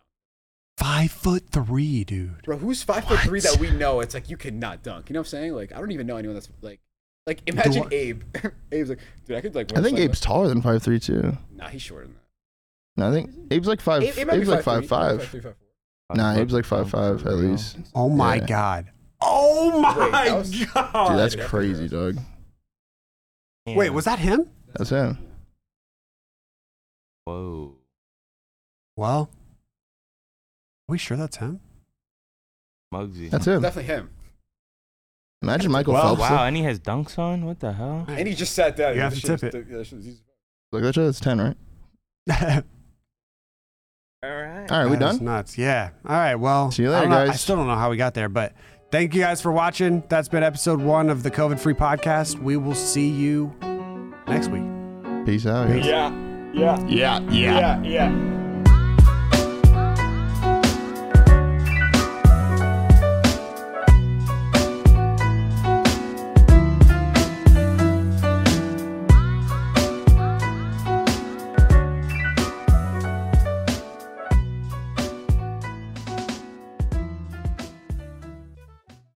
C: Five foot three, dude.
E: Bro, who's five foot three
C: What?
E: that we know? It's like you cannot dunk. You know what I'm saying? Like, I don't even know anyone that's like, like imagine
C: I-
E: Abe. (laughs) Abe's like, dude, I could like.
B: I think
E: website-
B: Abe's taller than five three too.
E: Nah, he's shorter than that.
B: No, I think Abe's like five.
E: Abe, Abe might be
B: Abe's like
E: five,
B: five five.
E: Three, five, three,
B: Nah, Abe's like five five at least.
C: Oh my
B: Yeah.
C: god. Oh
E: Wait,
C: my
E: that was-
C: god.
B: Dude, that's crazy, dog.
C: Wait, was that him?
B: That's him.
A: Whoa.
C: Well, are we sure that's him? (laughs)
A: Muggsy.
B: That's
E: four.
B: him.
E: Definitely him.
B: Imagine Michael
C: Well,
B: Phelps.
A: wow, and he has dunks on? What the hell?
E: And he just sat down.
C: You have to tip it.
B: Look, that's that's ten, right?
A: All right.
B: All right, we
C: That is
B: done.
C: nuts. Yeah. All right. Well,
B: See you
C: I
B: later,
C: don't know- I
B: guys.
C: still don't know how we got there, but thank you guys for watching. That's been episode one of the COVID free podcast. We will see you next week.
B: Peace out. guys.
E: Yeah. Yeah.
B: Yeah.
E: Yeah. Yeah.